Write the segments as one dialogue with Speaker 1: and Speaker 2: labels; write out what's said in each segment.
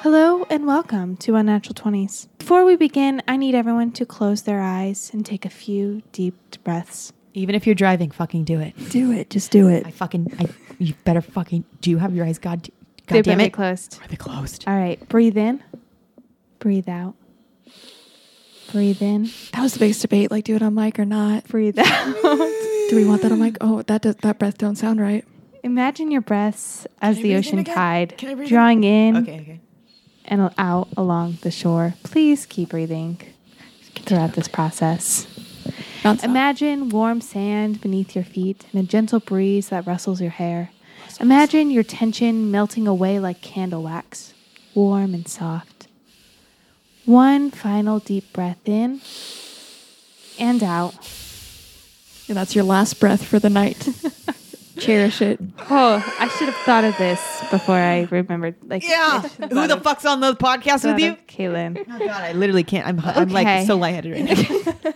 Speaker 1: Hello and welcome to Unnatural 20s. Before we begin, I need everyone to close their eyes and take a few deep breaths.
Speaker 2: Even if you're driving, fucking do it.
Speaker 3: Do it. Just do it.
Speaker 2: I fucking, I, you better fucking, do you have your eyes? God, God
Speaker 1: They're
Speaker 2: damn
Speaker 1: barely
Speaker 2: it.
Speaker 1: closed.
Speaker 2: Are they closed?
Speaker 1: All right, breathe in, breathe out, breathe in,
Speaker 3: That was the biggest debate. Like, do it on mic or not?
Speaker 1: breathe out.
Speaker 3: Do we want that on mic? Oh, that does, that breath don't sound right.
Speaker 1: Imagine your breaths as the
Speaker 2: I breathe in
Speaker 1: ocean
Speaker 2: again?
Speaker 1: tide,
Speaker 2: Can I breathe in?
Speaker 1: drawing in
Speaker 2: Okay, okay.
Speaker 1: and out along the shore. Please keep breathing throughout this process.
Speaker 3: Nonstop.
Speaker 1: Imagine warm sand beneath your feet and a gentle breeze that rustles your hair. Imagine your tension melting away like candle wax, warm and soft. One final deep breath in and out.
Speaker 3: Yeah, that's your last breath for the night. Cherish it.
Speaker 1: Oh, I should have thought of this before I remembered. Like,
Speaker 2: Yeah. Who the fuck's on the podcast with you?
Speaker 1: Kaylin.
Speaker 2: Oh God, I literally can't. I'm, I'm
Speaker 1: Okay.
Speaker 2: like so lightheaded right now.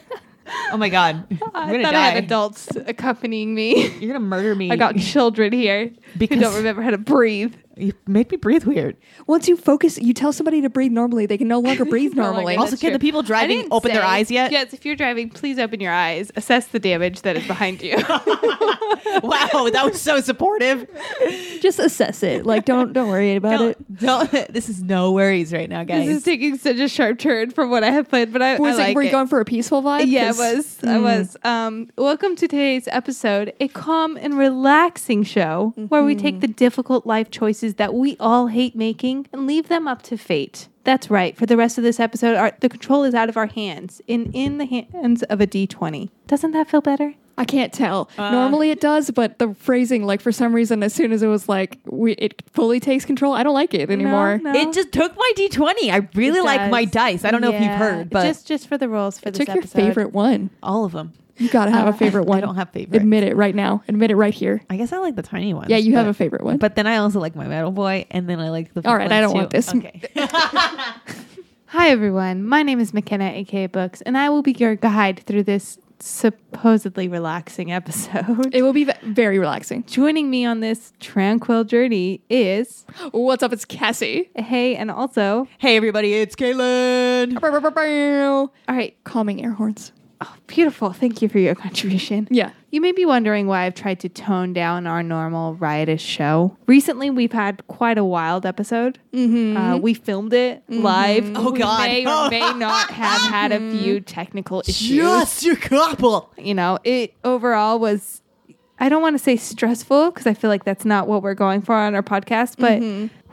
Speaker 2: oh my God. I'm
Speaker 1: I
Speaker 2: gonna
Speaker 1: thought I
Speaker 2: die.
Speaker 1: had adults accompanying me.
Speaker 2: You're gonna murder me.
Speaker 1: I got children here
Speaker 2: Because-
Speaker 1: who don't remember how to breathe.
Speaker 2: You make me breathe weird.
Speaker 3: Once you focus, you tell somebody to breathe normally. They can no longer breathe
Speaker 1: No longer
Speaker 3: normally.
Speaker 1: breathe.
Speaker 2: also, can the people
Speaker 1: I
Speaker 2: driving
Speaker 1: didn't
Speaker 2: open their
Speaker 1: say-
Speaker 2: eyes yet?
Speaker 1: Yes, if you're driving, please open your eyes. Assess the damage that is behind you.
Speaker 2: Wow, that was so supportive.
Speaker 3: Just assess it. Like, don't don't worry about it.
Speaker 2: Don't, don't- this is no worries right now, guys.
Speaker 1: this is taking such a sharp turn from what I had planned, but I,
Speaker 3: Was
Speaker 1: I
Speaker 3: it-
Speaker 1: like
Speaker 3: were you
Speaker 1: it.
Speaker 3: going for a peaceful vibe?
Speaker 1: yeah, it
Speaker 3: 'Cause-
Speaker 1: was. I
Speaker 2: Mm.
Speaker 1: was. Um, welcome to today's episode, a calm and relaxing show where we
Speaker 2: Mm-hmm.
Speaker 1: take the difficult life choices that we all hate making and leave them up to fate. That's right. For the rest of this episode, our, the control is out of our hands and in the hands of a D20. Doesn't that feel better?
Speaker 3: I can't tell. normally it does, but the phrasing, like for some reason, as soon as it was like we, it fully takes control, I don't like it anymore.
Speaker 1: No, no.
Speaker 2: It just took my D20. I really
Speaker 1: It
Speaker 2: like my
Speaker 1: does.
Speaker 2: dice. I don't know if
Speaker 1: Yeah.
Speaker 2: you've heard, but
Speaker 1: just just for the rules for
Speaker 3: It
Speaker 1: this
Speaker 3: took your
Speaker 1: episode.
Speaker 3: favorite one.
Speaker 2: all of them.
Speaker 3: You gotta Uh, have a favorite one.
Speaker 2: I don't have favorites.
Speaker 3: Admit it right now. Admit it right here.
Speaker 2: I guess I like the tiny ones.
Speaker 3: Yeah, you have
Speaker 2: but-
Speaker 3: a favorite one.
Speaker 2: But then I also like my metal boy, and then I like the. big
Speaker 3: All right, I
Speaker 2: ones,
Speaker 3: don't want
Speaker 2: too.
Speaker 3: this.
Speaker 2: Okay.
Speaker 1: Hi everyone, my name is McKenna, aka Books, and I will be your guide through this supposedly relaxing episode.
Speaker 3: it will be ve- very relaxing.
Speaker 1: Joining me on this tranquil journey is
Speaker 3: What's up? It's Cassie.
Speaker 1: Hey, and also
Speaker 2: hey everybody, it's Kaylin.
Speaker 1: all right,
Speaker 3: Calming air horns.
Speaker 1: oh, beautiful. Thank you for your contribution.
Speaker 3: Yeah.
Speaker 1: You may be wondering why I've tried to tone down our normal riotous show. Recently, we've had quite a wild episode. Mm-hmm. Uh, we filmed it live.
Speaker 2: Oh,
Speaker 1: we
Speaker 2: God.
Speaker 1: May or may not have had a few technical issues.
Speaker 2: Just your couple.
Speaker 1: You know, it overall was. I don't want to say stressful because I feel like that's not what we're going for on our podcast, but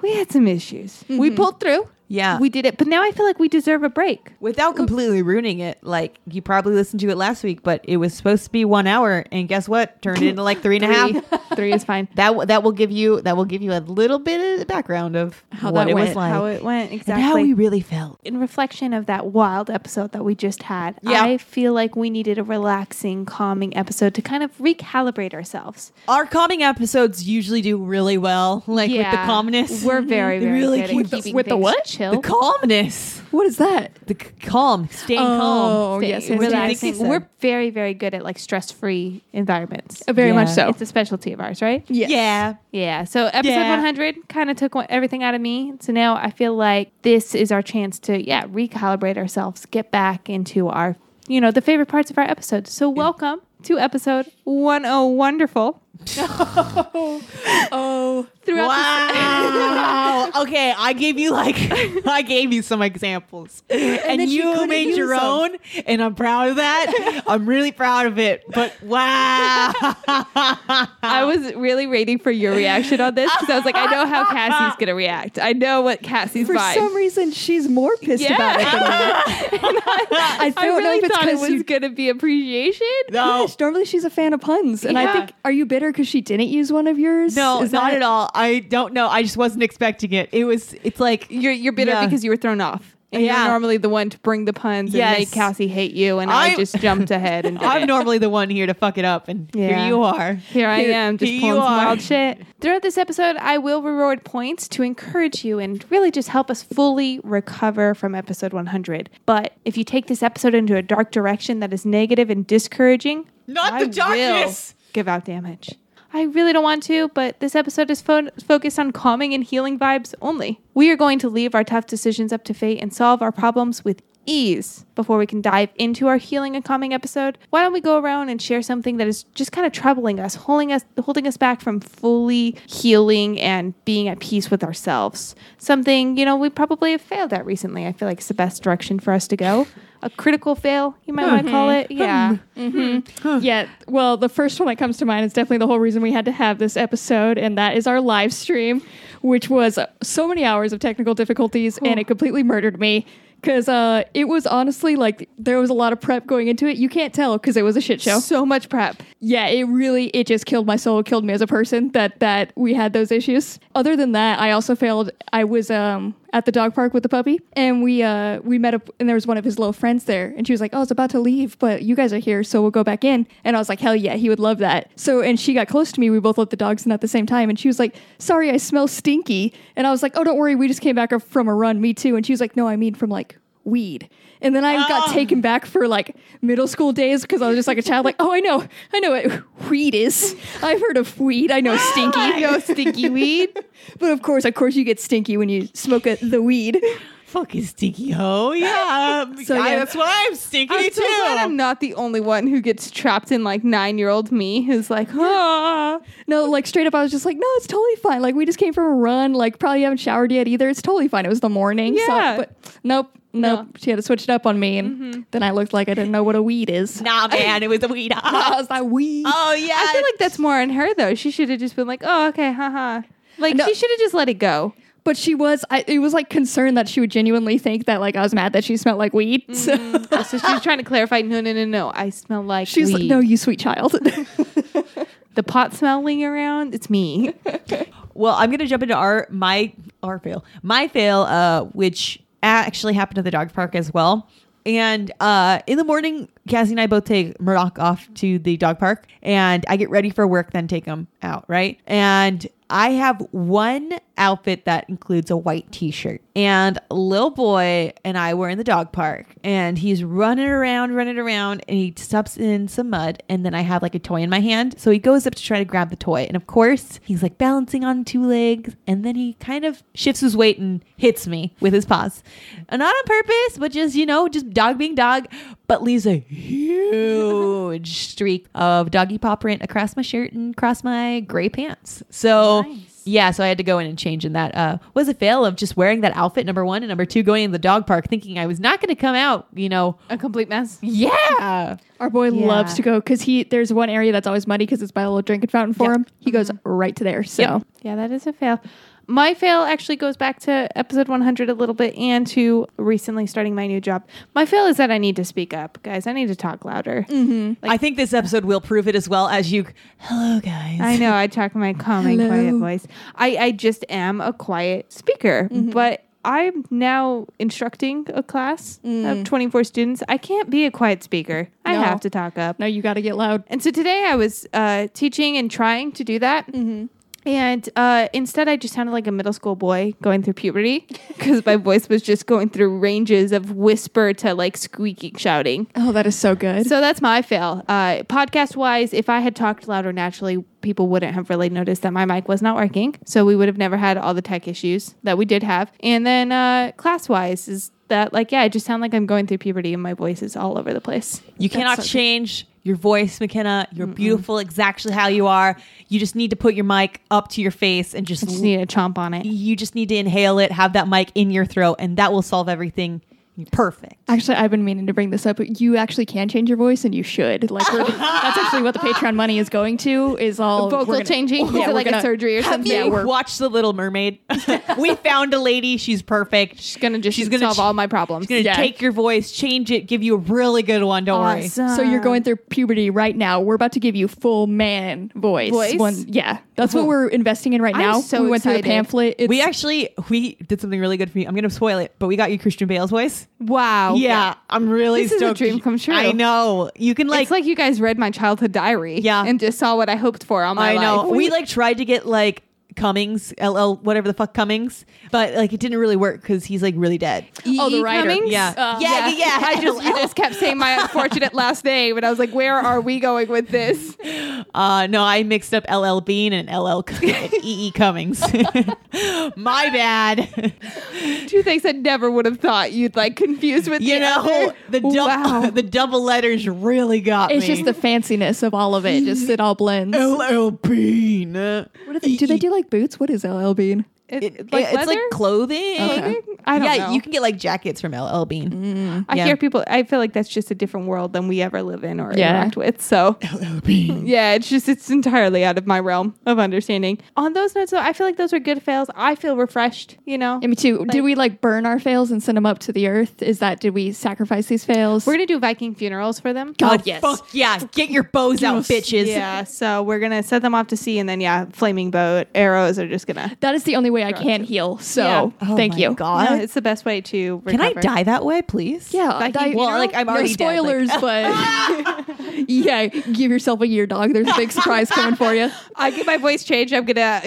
Speaker 1: we had some issues. Mm-hmm. We pulled through.
Speaker 2: Yeah.
Speaker 1: We did it. But now I feel like we deserve a break.
Speaker 2: Without completely ruining it, like you probably listened to it last week, but it was supposed to be one hour, and guess what? Turned into like three and a half.
Speaker 1: Three, three is fine.
Speaker 2: That w- that will give you that will give you a little bit of background of
Speaker 3: How
Speaker 2: what
Speaker 3: that
Speaker 2: it was
Speaker 3: went,
Speaker 2: like,
Speaker 1: How it went exactly.
Speaker 2: and how we really felt.
Speaker 1: in reflection of that wild episode that we just had,
Speaker 2: Yeah.
Speaker 1: I feel like we needed a relaxing, calming episode to kind of recalibrate ourselves.
Speaker 2: Our calming episodes usually do really well, like with the
Speaker 1: Yeah.
Speaker 2: calmness.
Speaker 1: We're very,
Speaker 2: They
Speaker 1: very
Speaker 2: really
Speaker 1: good
Speaker 2: keep
Speaker 1: at
Speaker 2: the-
Speaker 1: keeping
Speaker 3: with the
Speaker 1: things
Speaker 3: what?
Speaker 1: Chill.
Speaker 2: the calmness,
Speaker 3: What is that?
Speaker 2: the c- calm, staying calm.
Speaker 3: Oh,
Speaker 1: Stay-
Speaker 3: yes. yes, yes.
Speaker 1: relaxing.
Speaker 2: yes.
Speaker 1: We're very, very good at like stress-free environments.
Speaker 3: Uh, Very
Speaker 2: Yeah.
Speaker 3: much so.
Speaker 1: It's a specialty of ours, right?
Speaker 3: Yes.
Speaker 2: Yeah.
Speaker 1: Yeah. So episode
Speaker 2: Yeah.
Speaker 1: 100 kind of took one- everything out of me. So now I feel like this is our chance to, yeah, recalibrate ourselves, get back into our, you know, the favorite parts of our episodes. So welcome to episode 101 wonderful.
Speaker 3: Oh,
Speaker 1: Throughout this-
Speaker 2: Wow. okay, I gave you like I gave you some examples, and,
Speaker 3: then she
Speaker 2: you
Speaker 3: couldn't
Speaker 2: made your
Speaker 3: use
Speaker 2: own, and I'm proud of that. I'm really proud of it. But wow,
Speaker 1: I was really waiting for your reaction on this because I was like, I know how Cassie's going to react. I know what Cassie's
Speaker 3: for
Speaker 1: vibe.
Speaker 3: some reason, she's more pissed
Speaker 1: Yeah.
Speaker 3: about it than I am. I
Speaker 1: I
Speaker 3: don't know
Speaker 1: really
Speaker 3: if it's
Speaker 1: thought it
Speaker 3: because
Speaker 1: was
Speaker 3: you
Speaker 1: going to be appreciation.
Speaker 2: no,
Speaker 3: Gosh, normally she's a fan of puns, and
Speaker 1: Yeah.
Speaker 3: I think are you bitter because she didn't use one of yours?
Speaker 2: no,
Speaker 3: Is
Speaker 2: not
Speaker 3: that-
Speaker 2: at all. I don't know. I just wasn't expecting it. It was. It's like
Speaker 1: You're, you're bitter
Speaker 2: Yeah.
Speaker 1: because you were thrown off. And
Speaker 2: Yeah.
Speaker 1: you're normally the one to bring the puns
Speaker 2: Yes.
Speaker 1: and make Cassie hate you. And I,
Speaker 2: I-
Speaker 1: just jumped ahead and did
Speaker 2: I'm
Speaker 1: it.
Speaker 2: normally the one here to fuck it up, and
Speaker 1: Yeah.
Speaker 2: here you are.
Speaker 1: Here I am, just
Speaker 2: here
Speaker 1: pulling
Speaker 2: you
Speaker 1: some
Speaker 2: are.
Speaker 1: wild shit. Throughout this episode, I will reward points to encourage you and really just help us fully recover from episode 100. But if you take this episode into a dark direction that is negative and discouraging,
Speaker 2: Not the
Speaker 1: I will
Speaker 2: darkness.
Speaker 1: give out damage. I really don't want to, but this episode is fo- focused on calming and healing vibes only. We are going to leave our tough decisions up to fate and solve our problems with ease before we can dive into our healing and calming episode. Why don't we go around and share something that is just kind of troubling us, holding us holding us back from fully healing and being at peace with ourselves. Something, you know, we probably have failed at recently. I feel like it's the best direction for us to go. A critical fail, you might want to call it. Yeah.
Speaker 3: Yeah, well, the first one that comes to mind is definitely the whole reason we had to have this episode, and that is our live stream, which was uh, so many hours of technical difficulties, and it completely murdered me. Because uh, it was honestly like there was a lot of prep going into it. You can't tell because it was a shit show.
Speaker 1: So much prep.
Speaker 3: Yeah, it really it just killed my soul, killed me as a person that that we had those issues. Other than that, I also failed. I was um at the dog park with the puppy and we uh we met up and there was one of his little friends there and she was like, "Oh, I was about to leave, but you guys are here, so we'll go back in." And I was like, "Hell yeah, he would love that." So and she got close to me. We both let the dogs in at the same time and she was like, "Sorry, I smell stinky." And I was like, "Oh, don't worry. We just came back from a run, me too." And she was like, "No, I mean from like weed. And then I got taken back for like middle school days because I was just like a child, like, oh, I know, I know what weed is. I've heard of weed. I know stinky.
Speaker 1: No stinky weed.
Speaker 3: But of course, of course, you get stinky when you smoke a, the weed.
Speaker 2: Fucking stinky hoe. Yeah.
Speaker 3: So,
Speaker 2: I-
Speaker 3: yeah.
Speaker 2: That's what I'm stinky
Speaker 1: I'm
Speaker 2: too.
Speaker 1: so glad I'm not the only one who gets trapped in like nine year old me who's like, ah.
Speaker 3: No, like straight up, I was just like, no, it's totally fine. Like, we just came from a run. Like, probably haven't showered yet either. It's totally fine. It was the morning. so-
Speaker 1: Yeah.
Speaker 3: but nope, nope. She had to switch it up on me. And then I looked like I didn't know what a weed is.
Speaker 2: nah, man, it was a weed.
Speaker 3: I was like, weed.
Speaker 2: oh yeah.
Speaker 1: I feel like that's more on her though. She should have just been like, oh, okay, haha. Like
Speaker 3: No.
Speaker 1: she should have just let it go.
Speaker 3: But she was, I, it was like concerned that she would genuinely think that like I was mad that she smelled like weed. So
Speaker 1: so she's trying to clarify. No, no, no, no. I smell like
Speaker 3: she's
Speaker 1: weed.
Speaker 3: like, no, you sweet child.
Speaker 1: the pot smelling around. It's me.
Speaker 2: Well, I'm gonna jump into our my our fail my fail, uh, which actually happened at the dog park as well. And uh, in the morning, Cassie and I both take Murdoch off to the dog park, and I get ready for work, then take him out, right? And I have one outfit that includes a white T-shirt, and little boy and I were in the dog park, and he's running around, running around, and he steps in some mud, and then I have like a toy in my hand, so he goes up to try to grab the toy, and of course he's like balancing on two legs, and then he kind of shifts his weight and hits me with his paws, and not on purpose, but just you know, just dog being dog, but leaves a huge streak of doggy paw print across my shirt and across my gray pants. So. Yeah, so I had to go in and change, and that uh, was a fail of just wearing that outfit. Number one, and number two, going in the dog park thinking I was not going to come out. You know,
Speaker 1: A complete mess.
Speaker 2: yeah,
Speaker 3: Our boy
Speaker 1: Yeah.
Speaker 3: loves to go because he there's one area that's always muddy because it's by a little drinking fountain for
Speaker 2: Yeah.
Speaker 3: him. He goes
Speaker 1: Mm-hmm.
Speaker 3: right to there. So
Speaker 2: Yep.
Speaker 1: Yeah, that is a fail. My fail actually goes back to episode 100 a little bit and to recently starting my new job. My fail is that I need to speak up, guys. I need to talk louder.
Speaker 3: Mm-hmm.
Speaker 2: I think this episode will prove it as well as you. Hello, guys.
Speaker 1: I know. I talk my calm and
Speaker 3: Hello.
Speaker 1: quiet voice. I, I just am a quiet speaker,
Speaker 3: Mm-hmm.
Speaker 1: but I'm now instructing a class of 24 students. I can't be a quiet speaker. I
Speaker 3: Mm. No.
Speaker 1: have to talk up.
Speaker 3: no, you got to get loud.
Speaker 1: And so today I was uh, teaching and trying to do that.
Speaker 3: Mm-hmm.
Speaker 1: And uh, instead, I just sounded like a middle school boy going through puberty because my voice was just going through ranges of whisper to like squeaking shouting.
Speaker 3: Oh, that is so good.
Speaker 1: So that's my fail. Uh, podcast wise, if I had talked louder naturally, people wouldn't have really noticed that my mic was not working. So we would have never had all the tech issues that we did have. And then uh, class wise is that like yeah, I just sound like I'm going through puberty and my voice is all over the place.
Speaker 2: You cannot change your voice, McKenna. You're beautiful exactly how you are. You just need to put your mic up to your face and just,
Speaker 1: I just need to chomp on it.
Speaker 2: you just need to inhale it, have that mic in your throat, and that will solve everything. Perfect.
Speaker 3: actually, I've been meaning to bring this up, but you actually can change your voice and you should. Like we're, that's actually what the Patreon money is going to is all
Speaker 1: Vocal
Speaker 3: we're gonna-
Speaker 1: changing, is it
Speaker 3: we're
Speaker 1: like a
Speaker 3: gonna-
Speaker 1: surgery or
Speaker 2: Have
Speaker 1: something?
Speaker 3: Yeah,
Speaker 2: you
Speaker 3: we're-
Speaker 2: watched The Little Mermaid? we found a lady. She's perfect.
Speaker 1: She's gonna just
Speaker 2: She's gonna
Speaker 1: solve
Speaker 2: ch-
Speaker 1: all my problems.
Speaker 2: She's gonna
Speaker 3: Yeah.
Speaker 2: take your voice, change it, give you a really good one. Don't worry.
Speaker 1: Awesome.
Speaker 3: So you're going through puberty right now. We're about to give you full man voice.
Speaker 1: Voice?
Speaker 3: One, yeah, that's what we're investing in right
Speaker 1: I'm
Speaker 3: now.
Speaker 1: so
Speaker 3: we went
Speaker 1: excited.
Speaker 3: through the pamphlet. It's,
Speaker 2: We actually we did something really good for you. I'm gonna spoil it, but we got you Christian Bale's voice.
Speaker 1: Wow.
Speaker 2: Yeah, I'm really
Speaker 1: Oh, This is a
Speaker 2: stoked.
Speaker 1: dream come true.
Speaker 2: I know. You can like,
Speaker 1: it's like you guys read my childhood diary
Speaker 2: Yeah.
Speaker 1: and just saw what I hoped for all my
Speaker 2: I know.
Speaker 1: life.
Speaker 2: We like tried to get like Cummings, LL, whatever the fuck Cummings. But like it didn't really work because he's like really dead.
Speaker 3: Oh, the
Speaker 1: E.E.
Speaker 3: writer.
Speaker 1: Cummings?
Speaker 2: Yeah. yeah, yeah, yeah.
Speaker 1: Uh, I just, you just kept saying my unfortunate last name, and I was like, where are we going with this?
Speaker 2: Uh, no, I mixed up LL Bean and LL EE E Cummings. My bad.
Speaker 1: Two things I never would have thought you'd like confuse with
Speaker 2: You
Speaker 1: the
Speaker 2: know
Speaker 1: other.
Speaker 2: the double
Speaker 1: Wow.
Speaker 2: the double letters really got
Speaker 3: It's
Speaker 2: me.
Speaker 3: just the fanciness of all of it. Just it all blends.
Speaker 2: LL Bean.
Speaker 3: What do they, do they do like boots? What is LL Bean?
Speaker 1: It-
Speaker 2: It,
Speaker 1: like
Speaker 2: it's like
Speaker 1: leather?
Speaker 2: clothing.
Speaker 3: Okay.
Speaker 1: I don't
Speaker 2: yeah,
Speaker 1: know. Mm.
Speaker 2: you can get like jackets from LL Bean.
Speaker 1: I
Speaker 2: yeah.
Speaker 1: hear people. I feel like that's just a different world than we ever live in or
Speaker 3: Yeah.
Speaker 1: interact with. So
Speaker 2: LL Bean.
Speaker 1: yeah, it's just it's entirely out of my realm of understanding. On those notes, though, I feel like those were good fails. I feel refreshed. You know,
Speaker 3: Yeah, me too. did we like burn our fails and send them up to the earth? Is that did we sacrifice these fails?
Speaker 1: we're gonna do Viking funerals for them.
Speaker 3: God,
Speaker 2: oh,
Speaker 3: yes.
Speaker 2: Fuck yeah. Get your bows out, bitches.
Speaker 1: Yeah, so we're gonna set them off to sea, and then yeah, flaming boat arrows are just gonna.
Speaker 3: that is the only way I can heal. So
Speaker 1: Yeah.
Speaker 2: Oh
Speaker 3: thank
Speaker 2: my
Speaker 3: you.
Speaker 2: God.
Speaker 1: No, it's the best way to. Recover.
Speaker 2: Can I die that way, please?
Speaker 3: Yeah,
Speaker 1: Viking
Speaker 3: die-
Speaker 1: funeral?
Speaker 2: Well, like, I'm
Speaker 3: no
Speaker 2: already dead,
Speaker 3: spoilers,
Speaker 2: like-
Speaker 3: but yeah, give yourself a year, dog. There's a big surprise coming for you.
Speaker 1: I get my voice changed. I'm gonna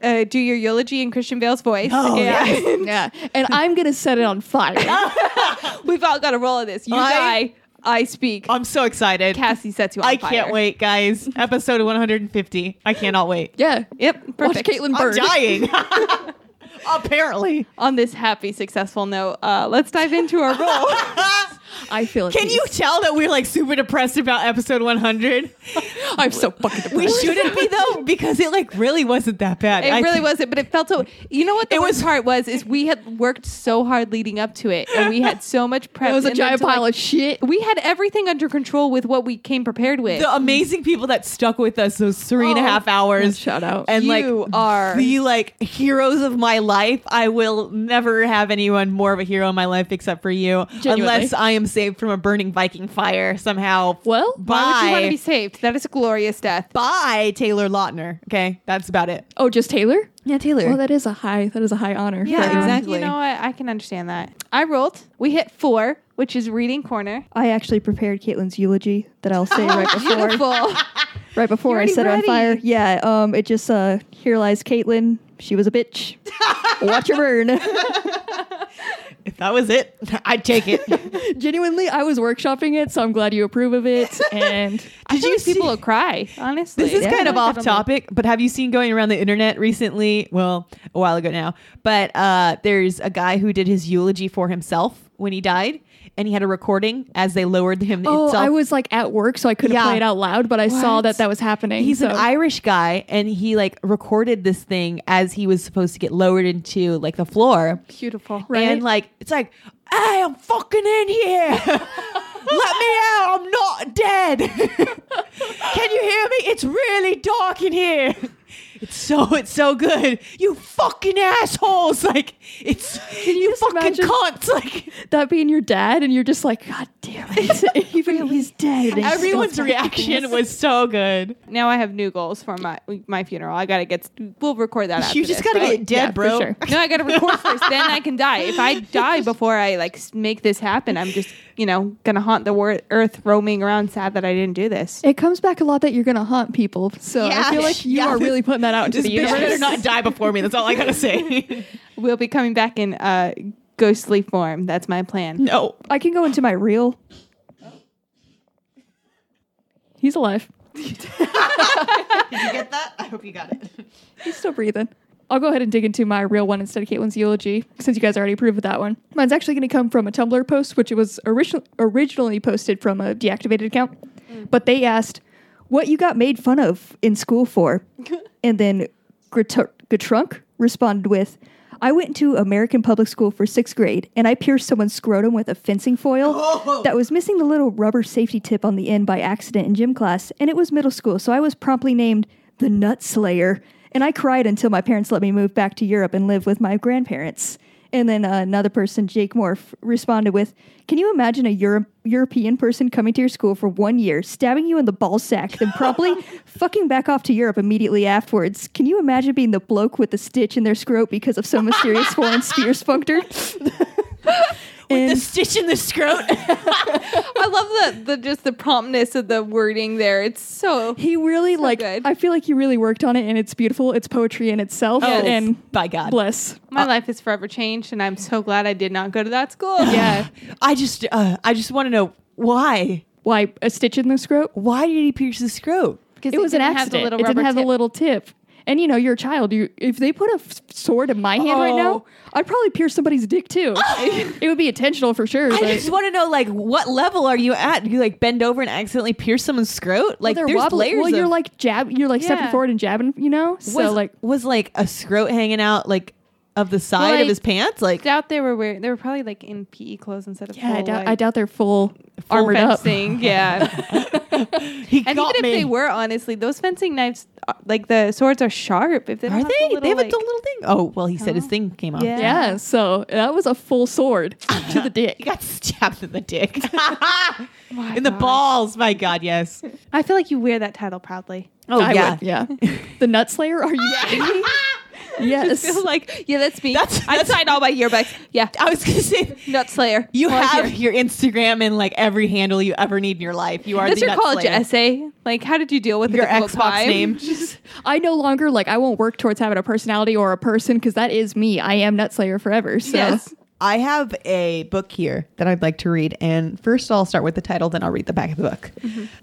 Speaker 1: uh, uh, do your eulogy in Christian Bale's voice.
Speaker 2: Oh, yes.
Speaker 3: Yeah, and I'm gonna set it on fire.
Speaker 1: We've all got a roll of this. You
Speaker 2: I-
Speaker 1: die, I speak.
Speaker 2: I'm so excited.
Speaker 1: Cassie sets you on
Speaker 2: I
Speaker 1: fire.
Speaker 2: can't wait, guys. Episode 150. I cannot wait.
Speaker 3: Yeah,
Speaker 1: Yep, perfect.
Speaker 3: watch Caitlin
Speaker 2: I'm
Speaker 3: burn.
Speaker 2: dying. Apparently.
Speaker 1: on this happy, successful note, uh, let's dive into our role.
Speaker 3: I feel it.
Speaker 2: Can you tell that we're like super depressed about episode 100?
Speaker 3: I'm so fucking
Speaker 2: We
Speaker 3: depressed.
Speaker 2: shouldn't be though because it like really wasn't that bad.
Speaker 1: It
Speaker 2: I-
Speaker 1: really wasn't, but it felt so. You know what the
Speaker 2: It
Speaker 1: worst
Speaker 2: was-
Speaker 1: part was is we had worked so hard leading up to it, and we had so much prep.
Speaker 3: It was a
Speaker 1: and then
Speaker 3: giant
Speaker 1: to, like,
Speaker 3: pile of shit.
Speaker 1: We had everything under control with what we came prepared with.
Speaker 2: The amazing people that stuck with us those three and a
Speaker 1: Oh,
Speaker 2: half hours.
Speaker 3: shout out.
Speaker 2: And like
Speaker 1: You are-
Speaker 2: the like heroes of my life. I will never have anyone more of a hero in my life except for you.
Speaker 3: Genuinely.
Speaker 2: Unless I am saved from a burning Viking fire somehow.
Speaker 3: Well,
Speaker 2: bye.
Speaker 1: Why would you want to be saved? That is a glorious death.
Speaker 2: Bye, Taylor Lautner. Okay, that's about it.
Speaker 3: Oh, just Taylor?
Speaker 2: Yeah, Taylor.
Speaker 3: Well, that is a high. That is a high honor.
Speaker 1: Yeah,
Speaker 3: for-
Speaker 2: exactly.
Speaker 1: You know what? I can understand that. I rolled. We hit four, which is reading corner.
Speaker 3: I actually prepared Caitlin's eulogy that I'll say right before
Speaker 1: Beautiful.
Speaker 3: right before I
Speaker 1: already
Speaker 3: set her on
Speaker 1: ready.
Speaker 3: fire. Yeah, um, it just uh, here lies Caitlin. She was a bitch. Watch her burn.
Speaker 2: if that was it, I'd take it.
Speaker 3: Genuinely, I was workshopping it, so I'm glad you approve of it. And
Speaker 2: Did
Speaker 1: Did
Speaker 2: you
Speaker 1: you
Speaker 2: see?
Speaker 1: people will cry? Honestly,
Speaker 2: This is
Speaker 1: Yeah.
Speaker 2: kind of
Speaker 1: I
Speaker 2: off
Speaker 1: don't know.
Speaker 2: topic, but have you seen going around the internet recently? Well, a while ago now, but uh, there's a guy who did his eulogy for himself when he died, and he had a recording as they lowered him.
Speaker 3: oh,
Speaker 2: itself.
Speaker 3: I was like at work, so I couldn't
Speaker 2: Yeah.
Speaker 3: play it out loud, but I saw
Speaker 1: What?
Speaker 3: that that was happening.
Speaker 2: He's
Speaker 3: so.
Speaker 2: an Irish guy, and he like recorded this thing as he was supposed to get lowered into like the floor.
Speaker 1: Beautiful.
Speaker 2: And like it's like, hey, I'm fucking in here. Let me out. I'm not dead. Can you hear me? It's really dark in here. It's so it's so good. You fucking assholes. Like it's you,
Speaker 3: just
Speaker 2: fucking
Speaker 3: imagine-
Speaker 2: cunts. Like
Speaker 3: that being your dad, and you're just like, God damn it! Even he's dead. they
Speaker 2: everyone's
Speaker 3: still-
Speaker 2: reaction was so good.
Speaker 1: Now I have new goals for my my funeral. I gotta get. We'll record that. After
Speaker 2: You just
Speaker 1: this,
Speaker 2: gotta
Speaker 1: right?
Speaker 2: get
Speaker 3: Yeah,
Speaker 2: dead,
Speaker 3: for
Speaker 2: bro.
Speaker 3: sure.
Speaker 1: No, I gotta record first. Then I can die. If I die before I like s- make this happen, I'm just you know gonna haunt the wor- earth, roaming around, sad that I didn't do this.
Speaker 3: It comes back a lot that you're gonna haunt people, so
Speaker 2: Yeah.
Speaker 3: I feel like you
Speaker 2: Yeah.
Speaker 3: are really putting that out into
Speaker 2: This
Speaker 3: the
Speaker 2: bitch
Speaker 3: universe.
Speaker 2: better not die before me. That's all I gotta say.
Speaker 1: We'll be coming back in uh, ghostly form. That's my plan.
Speaker 2: no.
Speaker 3: I can go into my reel. He's alive.
Speaker 2: Did you get that? I hope you got it.
Speaker 3: He's still breathing. I'll go ahead and dig into my real one instead of Caitlin's eulogy, since you guys already approved of that one. Mine's actually going to come from a Tumblr post, which it was original originally posted from a deactivated account. But they asked, what you got made fun of in school for? and then Grit- Gatrunk responded with, I went into American public school for sixth grade, and I pierced someone's scrotum with a fencing foil that was missing the little rubber safety tip on the end by accident in gym class, and it was middle school, so I was promptly named the Nut Slayer. And I cried until my parents let me move back to Europe and live with my grandparents. And then uh, another person, Jake Morph, responded with, "Can you imagine a Euro- European person coming to your school for one year, stabbing you in the ball sack, then probably fucking back off to Europe immediately afterwards? Can you imagine being the bloke with the stitch in their scrote because of some mysterious foreign spear spunkter?" and
Speaker 2: the stitch in the scrot.
Speaker 1: I love the, the just the promptness of the wording there. It's so
Speaker 3: he really like
Speaker 1: good.
Speaker 3: I feel like he really worked on it and it's beautiful. It's poetry in itself
Speaker 2: Oh,
Speaker 3: and
Speaker 2: by God.
Speaker 3: bless.
Speaker 1: my life is forever changed, and I'm so glad I did not go to that school.
Speaker 3: Yeah.
Speaker 2: I just, uh, I just want to know why.
Speaker 3: Why a stitch in the scrot?
Speaker 2: Why did he pierce the scrot?
Speaker 1: because
Speaker 3: It, was an
Speaker 1: didn't have the
Speaker 3: accident.
Speaker 1: little
Speaker 3: it didn't
Speaker 1: rubber
Speaker 3: have
Speaker 1: tip.
Speaker 3: a little tip. And you know, you're a child. You if they put a f- sword in my hand right now,
Speaker 2: Oh.
Speaker 3: I'd probably pierce somebody's dick too. it would be intentional for sure.
Speaker 2: I
Speaker 3: but-
Speaker 2: just want to know, like, what level are you at? Do you like bend over and accidentally pierce someone's scrot? Like,
Speaker 3: they're
Speaker 2: there's
Speaker 3: wobbly.
Speaker 2: layers.
Speaker 3: Well,
Speaker 2: of-
Speaker 3: you're like jab. You're like stepping
Speaker 1: Yeah.
Speaker 3: forward and jabbing. You know. So
Speaker 2: was
Speaker 3: like,
Speaker 2: was like a scrot hanging out like of the side
Speaker 1: Well,
Speaker 2: of
Speaker 1: I
Speaker 2: his pants, like
Speaker 1: doubt they were wearing. They were probably like in PE clothes instead of
Speaker 3: yeah, I
Speaker 1: full,
Speaker 3: doubt, I
Speaker 1: like,
Speaker 3: doubt they're full,
Speaker 2: Full
Speaker 3: armored up.
Speaker 1: fencing. Yeah,
Speaker 2: he
Speaker 1: and
Speaker 2: got
Speaker 1: even
Speaker 2: me.
Speaker 1: if they were, honestly, those fencing knives, are- like the swords, are sharp. If they don't
Speaker 2: Are
Speaker 1: have
Speaker 2: they?
Speaker 1: The little,
Speaker 2: they have
Speaker 1: like,
Speaker 2: a little little thing. Oh well, he said his thing came off.
Speaker 1: Yeah.
Speaker 3: Yeah. So that was a full sword to the
Speaker 2: He
Speaker 3: dick.
Speaker 2: got stabbed in the dick,
Speaker 1: My
Speaker 2: in the
Speaker 1: God.
Speaker 2: balls. My God, yes.
Speaker 1: I feel like you wear that title proudly.
Speaker 2: Oh
Speaker 3: I
Speaker 2: yeah,
Speaker 3: would, yeah. The nut slayer? Are you kidding me? yes.
Speaker 1: Feel like yeah, that's me.
Speaker 2: That's-
Speaker 1: I
Speaker 2: that's-
Speaker 1: signed all my yearbooks. Yeah,
Speaker 2: I was gonna say
Speaker 1: nut slayer.
Speaker 2: you
Speaker 1: Come on
Speaker 2: have
Speaker 1: here.
Speaker 2: your Instagram and like every handle you ever need in your life. You are
Speaker 1: That's
Speaker 2: the
Speaker 1: your
Speaker 2: nut
Speaker 1: college
Speaker 2: slayer.
Speaker 1: essay. Like, how did you deal with
Speaker 2: Your
Speaker 1: it the whole
Speaker 2: Xbox
Speaker 1: time?
Speaker 2: name.
Speaker 3: I no longer like I won't work towards having a personality or a person because that is me. I am nut slayer forever. So
Speaker 1: Yes. Oh,
Speaker 2: I have a book here that I'd like to read. And first, I'll start with the title, then I'll read the back of the book.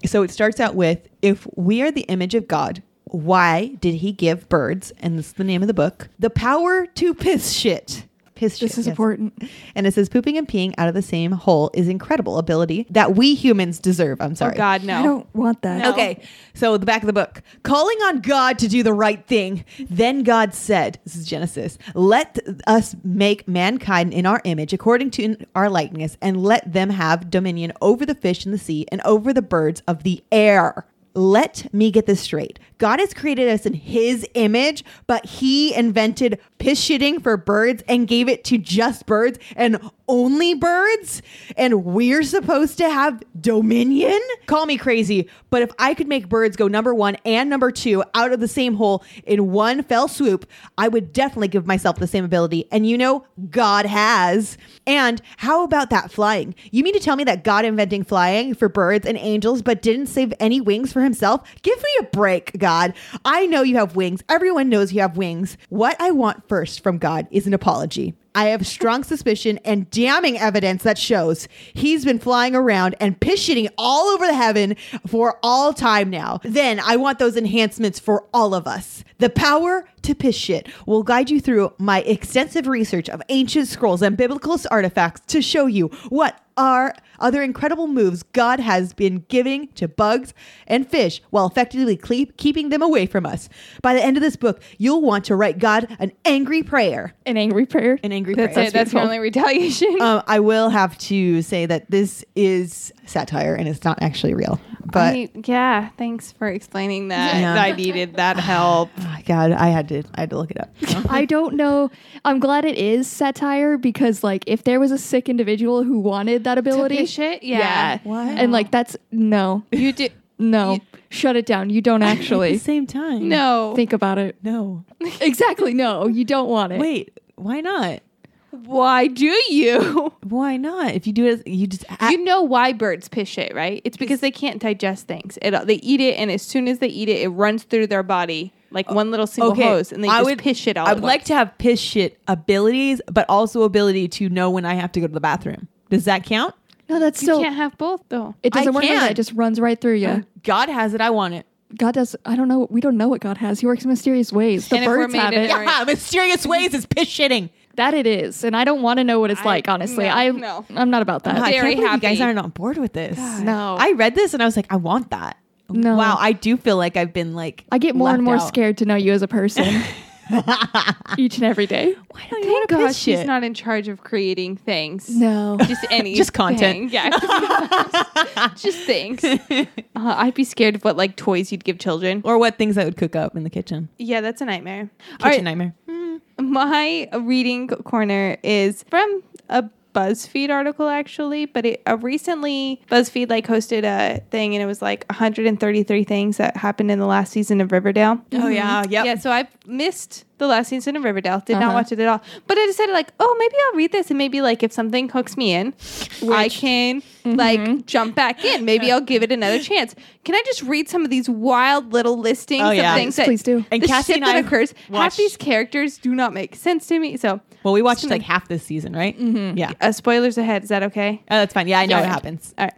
Speaker 2: So it starts out with If we are the image of God, why did he give birds, and this is the name of the book, the power to piss shit? Piss shit.
Speaker 3: this is
Speaker 2: yes.
Speaker 3: important.
Speaker 2: And it says, pooping and peeing out of the same hole is incredible ability that we humans deserve. I'm sorry.
Speaker 1: Oh God, no.
Speaker 3: I don't want that.
Speaker 1: No.
Speaker 2: Okay. So the back of the book, calling on God to do the right thing. Then God said, this is Genesis, let us make mankind in our image according to our likeness and let them have dominion over the fish in the sea and over the birds of the air. Let me get this straight. God has created us in his image, but he invented piss shitting for birds and gave it to just birds and only birds. And we're supposed to have dominion? Call me crazy, but if I could make birds go number one and number two out of the same hole in one fell swoop, I would definitely give myself the same ability. And you know, God has. And how about that flying? You mean to tell me that God inventing flying for birds and angels, but didn't save any wings for himself? Give me a break, God. I know you have wings. Everyone knows you have wings. What I want first from God is an apology. I have strong suspicion and damning evidence that shows he's been flying around and piss shitting all over the heaven for all time now. Then I want those enhancements for all of us. The power to piss shit will guide you through my extensive research of ancient scrolls and biblical artifacts to show you what are other incredible moves God has been giving to bugs and fish while effectively cle- keeping them away from us. By the end of this book, you'll want to write God an angry prayer.
Speaker 3: An angry prayer.
Speaker 2: An angry
Speaker 1: That's
Speaker 2: prayer.
Speaker 1: it. That's your Uh, only retaliation.
Speaker 2: Um, I will have to say that this is satire and it's not actually real. But
Speaker 1: I- yeah, thanks for explaining that.
Speaker 2: Yeah.
Speaker 1: I needed that help.
Speaker 2: oh my God, I had to I had to look it up.
Speaker 3: I don't know. I'm glad it is satire because, like, if there was a sick individual who wanted that ability,
Speaker 1: piss shit? Yeah.
Speaker 2: Wow.
Speaker 3: and like that's no,
Speaker 1: You did
Speaker 3: no, shut it down. You don't
Speaker 2: At the
Speaker 3: actually
Speaker 2: same time,
Speaker 1: no.
Speaker 3: think about it.
Speaker 2: no.
Speaker 3: Exactly. No, you don't want it.
Speaker 2: Wait, why not?
Speaker 1: Why do you?
Speaker 2: Why not? If you do it, as, you just
Speaker 1: You know why birds piss shit, right? It's because they can't digest things. It, they eat it, and as soon as they eat it, it runs through their body like one little single hose, and they just piss shit all
Speaker 2: I
Speaker 1: at
Speaker 2: would
Speaker 1: once.
Speaker 2: like to have piss shit abilities, but also ability to know when I have to go to the bathroom. Does that count?
Speaker 3: No, that's
Speaker 1: You
Speaker 3: still.
Speaker 1: can't Uh, have both though.
Speaker 3: It doesn't
Speaker 2: I
Speaker 3: work. Like
Speaker 2: can't.
Speaker 3: that. It just runs right through you.
Speaker 2: God has it. I want it.
Speaker 3: God does. I don't know. We don't know what God has. He works in mysterious ways. The
Speaker 1: And if we're
Speaker 3: birds
Speaker 1: made
Speaker 3: have
Speaker 1: in
Speaker 3: it.
Speaker 1: our-
Speaker 2: Ah,
Speaker 1: Right.
Speaker 2: mysterious ways is piss shitting.
Speaker 3: That it is, and I don't want to know what it's
Speaker 1: I-
Speaker 3: like. Honestly,
Speaker 1: no,
Speaker 3: I
Speaker 1: no.
Speaker 3: I'm not about that.
Speaker 2: I can't
Speaker 1: Very
Speaker 2: believe You guys
Speaker 1: happy.
Speaker 2: aren't on board with this.
Speaker 3: No.
Speaker 2: I read this and I was like, I want that.
Speaker 3: No.
Speaker 2: Wow, I do feel like I've been like
Speaker 3: I get more and
Speaker 2: left
Speaker 3: more
Speaker 2: out.
Speaker 3: scared to know you as a person each and every day.
Speaker 2: Why don't you
Speaker 1: Thank
Speaker 2: want to
Speaker 1: God
Speaker 2: piss
Speaker 1: she's
Speaker 2: shit?
Speaker 1: not in charge of creating things.
Speaker 3: No.
Speaker 1: Just any
Speaker 2: Just
Speaker 1: thing.
Speaker 2: content.
Speaker 1: Yeah. just things. Uh, I'd be scared of what like toys you'd give children.
Speaker 2: or what things I would cook up in the kitchen.
Speaker 1: Yeah, that's a nightmare. All
Speaker 2: Kitchen
Speaker 1: right,
Speaker 2: nightmare.
Speaker 1: my reading corner is from a BuzzFeed article actually, but it uh, recently BuzzFeed like hosted a thing and it was like 133 things that happened in the last season of Riverdale.
Speaker 2: Oh yeah, yep.
Speaker 1: Yeah, so I've missed The Last Season of Riverdale. Did not
Speaker 2: Uh-huh.
Speaker 1: watch it at all. But I decided like, oh, maybe I'll read this and maybe like if something hooks me in, I
Speaker 2: Which- Mm-hmm.
Speaker 1: can like jump back in. Maybe I'll give it another chance. Can I just read some of these wild little listings
Speaker 2: Oh, yeah.
Speaker 1: of things that
Speaker 3: Please do.
Speaker 1: and
Speaker 2: And
Speaker 1: the
Speaker 2: Cassie
Speaker 1: shit
Speaker 2: and
Speaker 1: that
Speaker 2: I
Speaker 1: occurs. Half
Speaker 2: watched-
Speaker 1: these characters do not make sense to me. So,
Speaker 2: Well, we watched like half this season, right? Mm-hmm. Yeah.
Speaker 1: uh, spoilers ahead. Is that okay?
Speaker 2: Oh, that's fine. Yeah, I know
Speaker 1: Yeah.
Speaker 2: it happens.
Speaker 1: All right.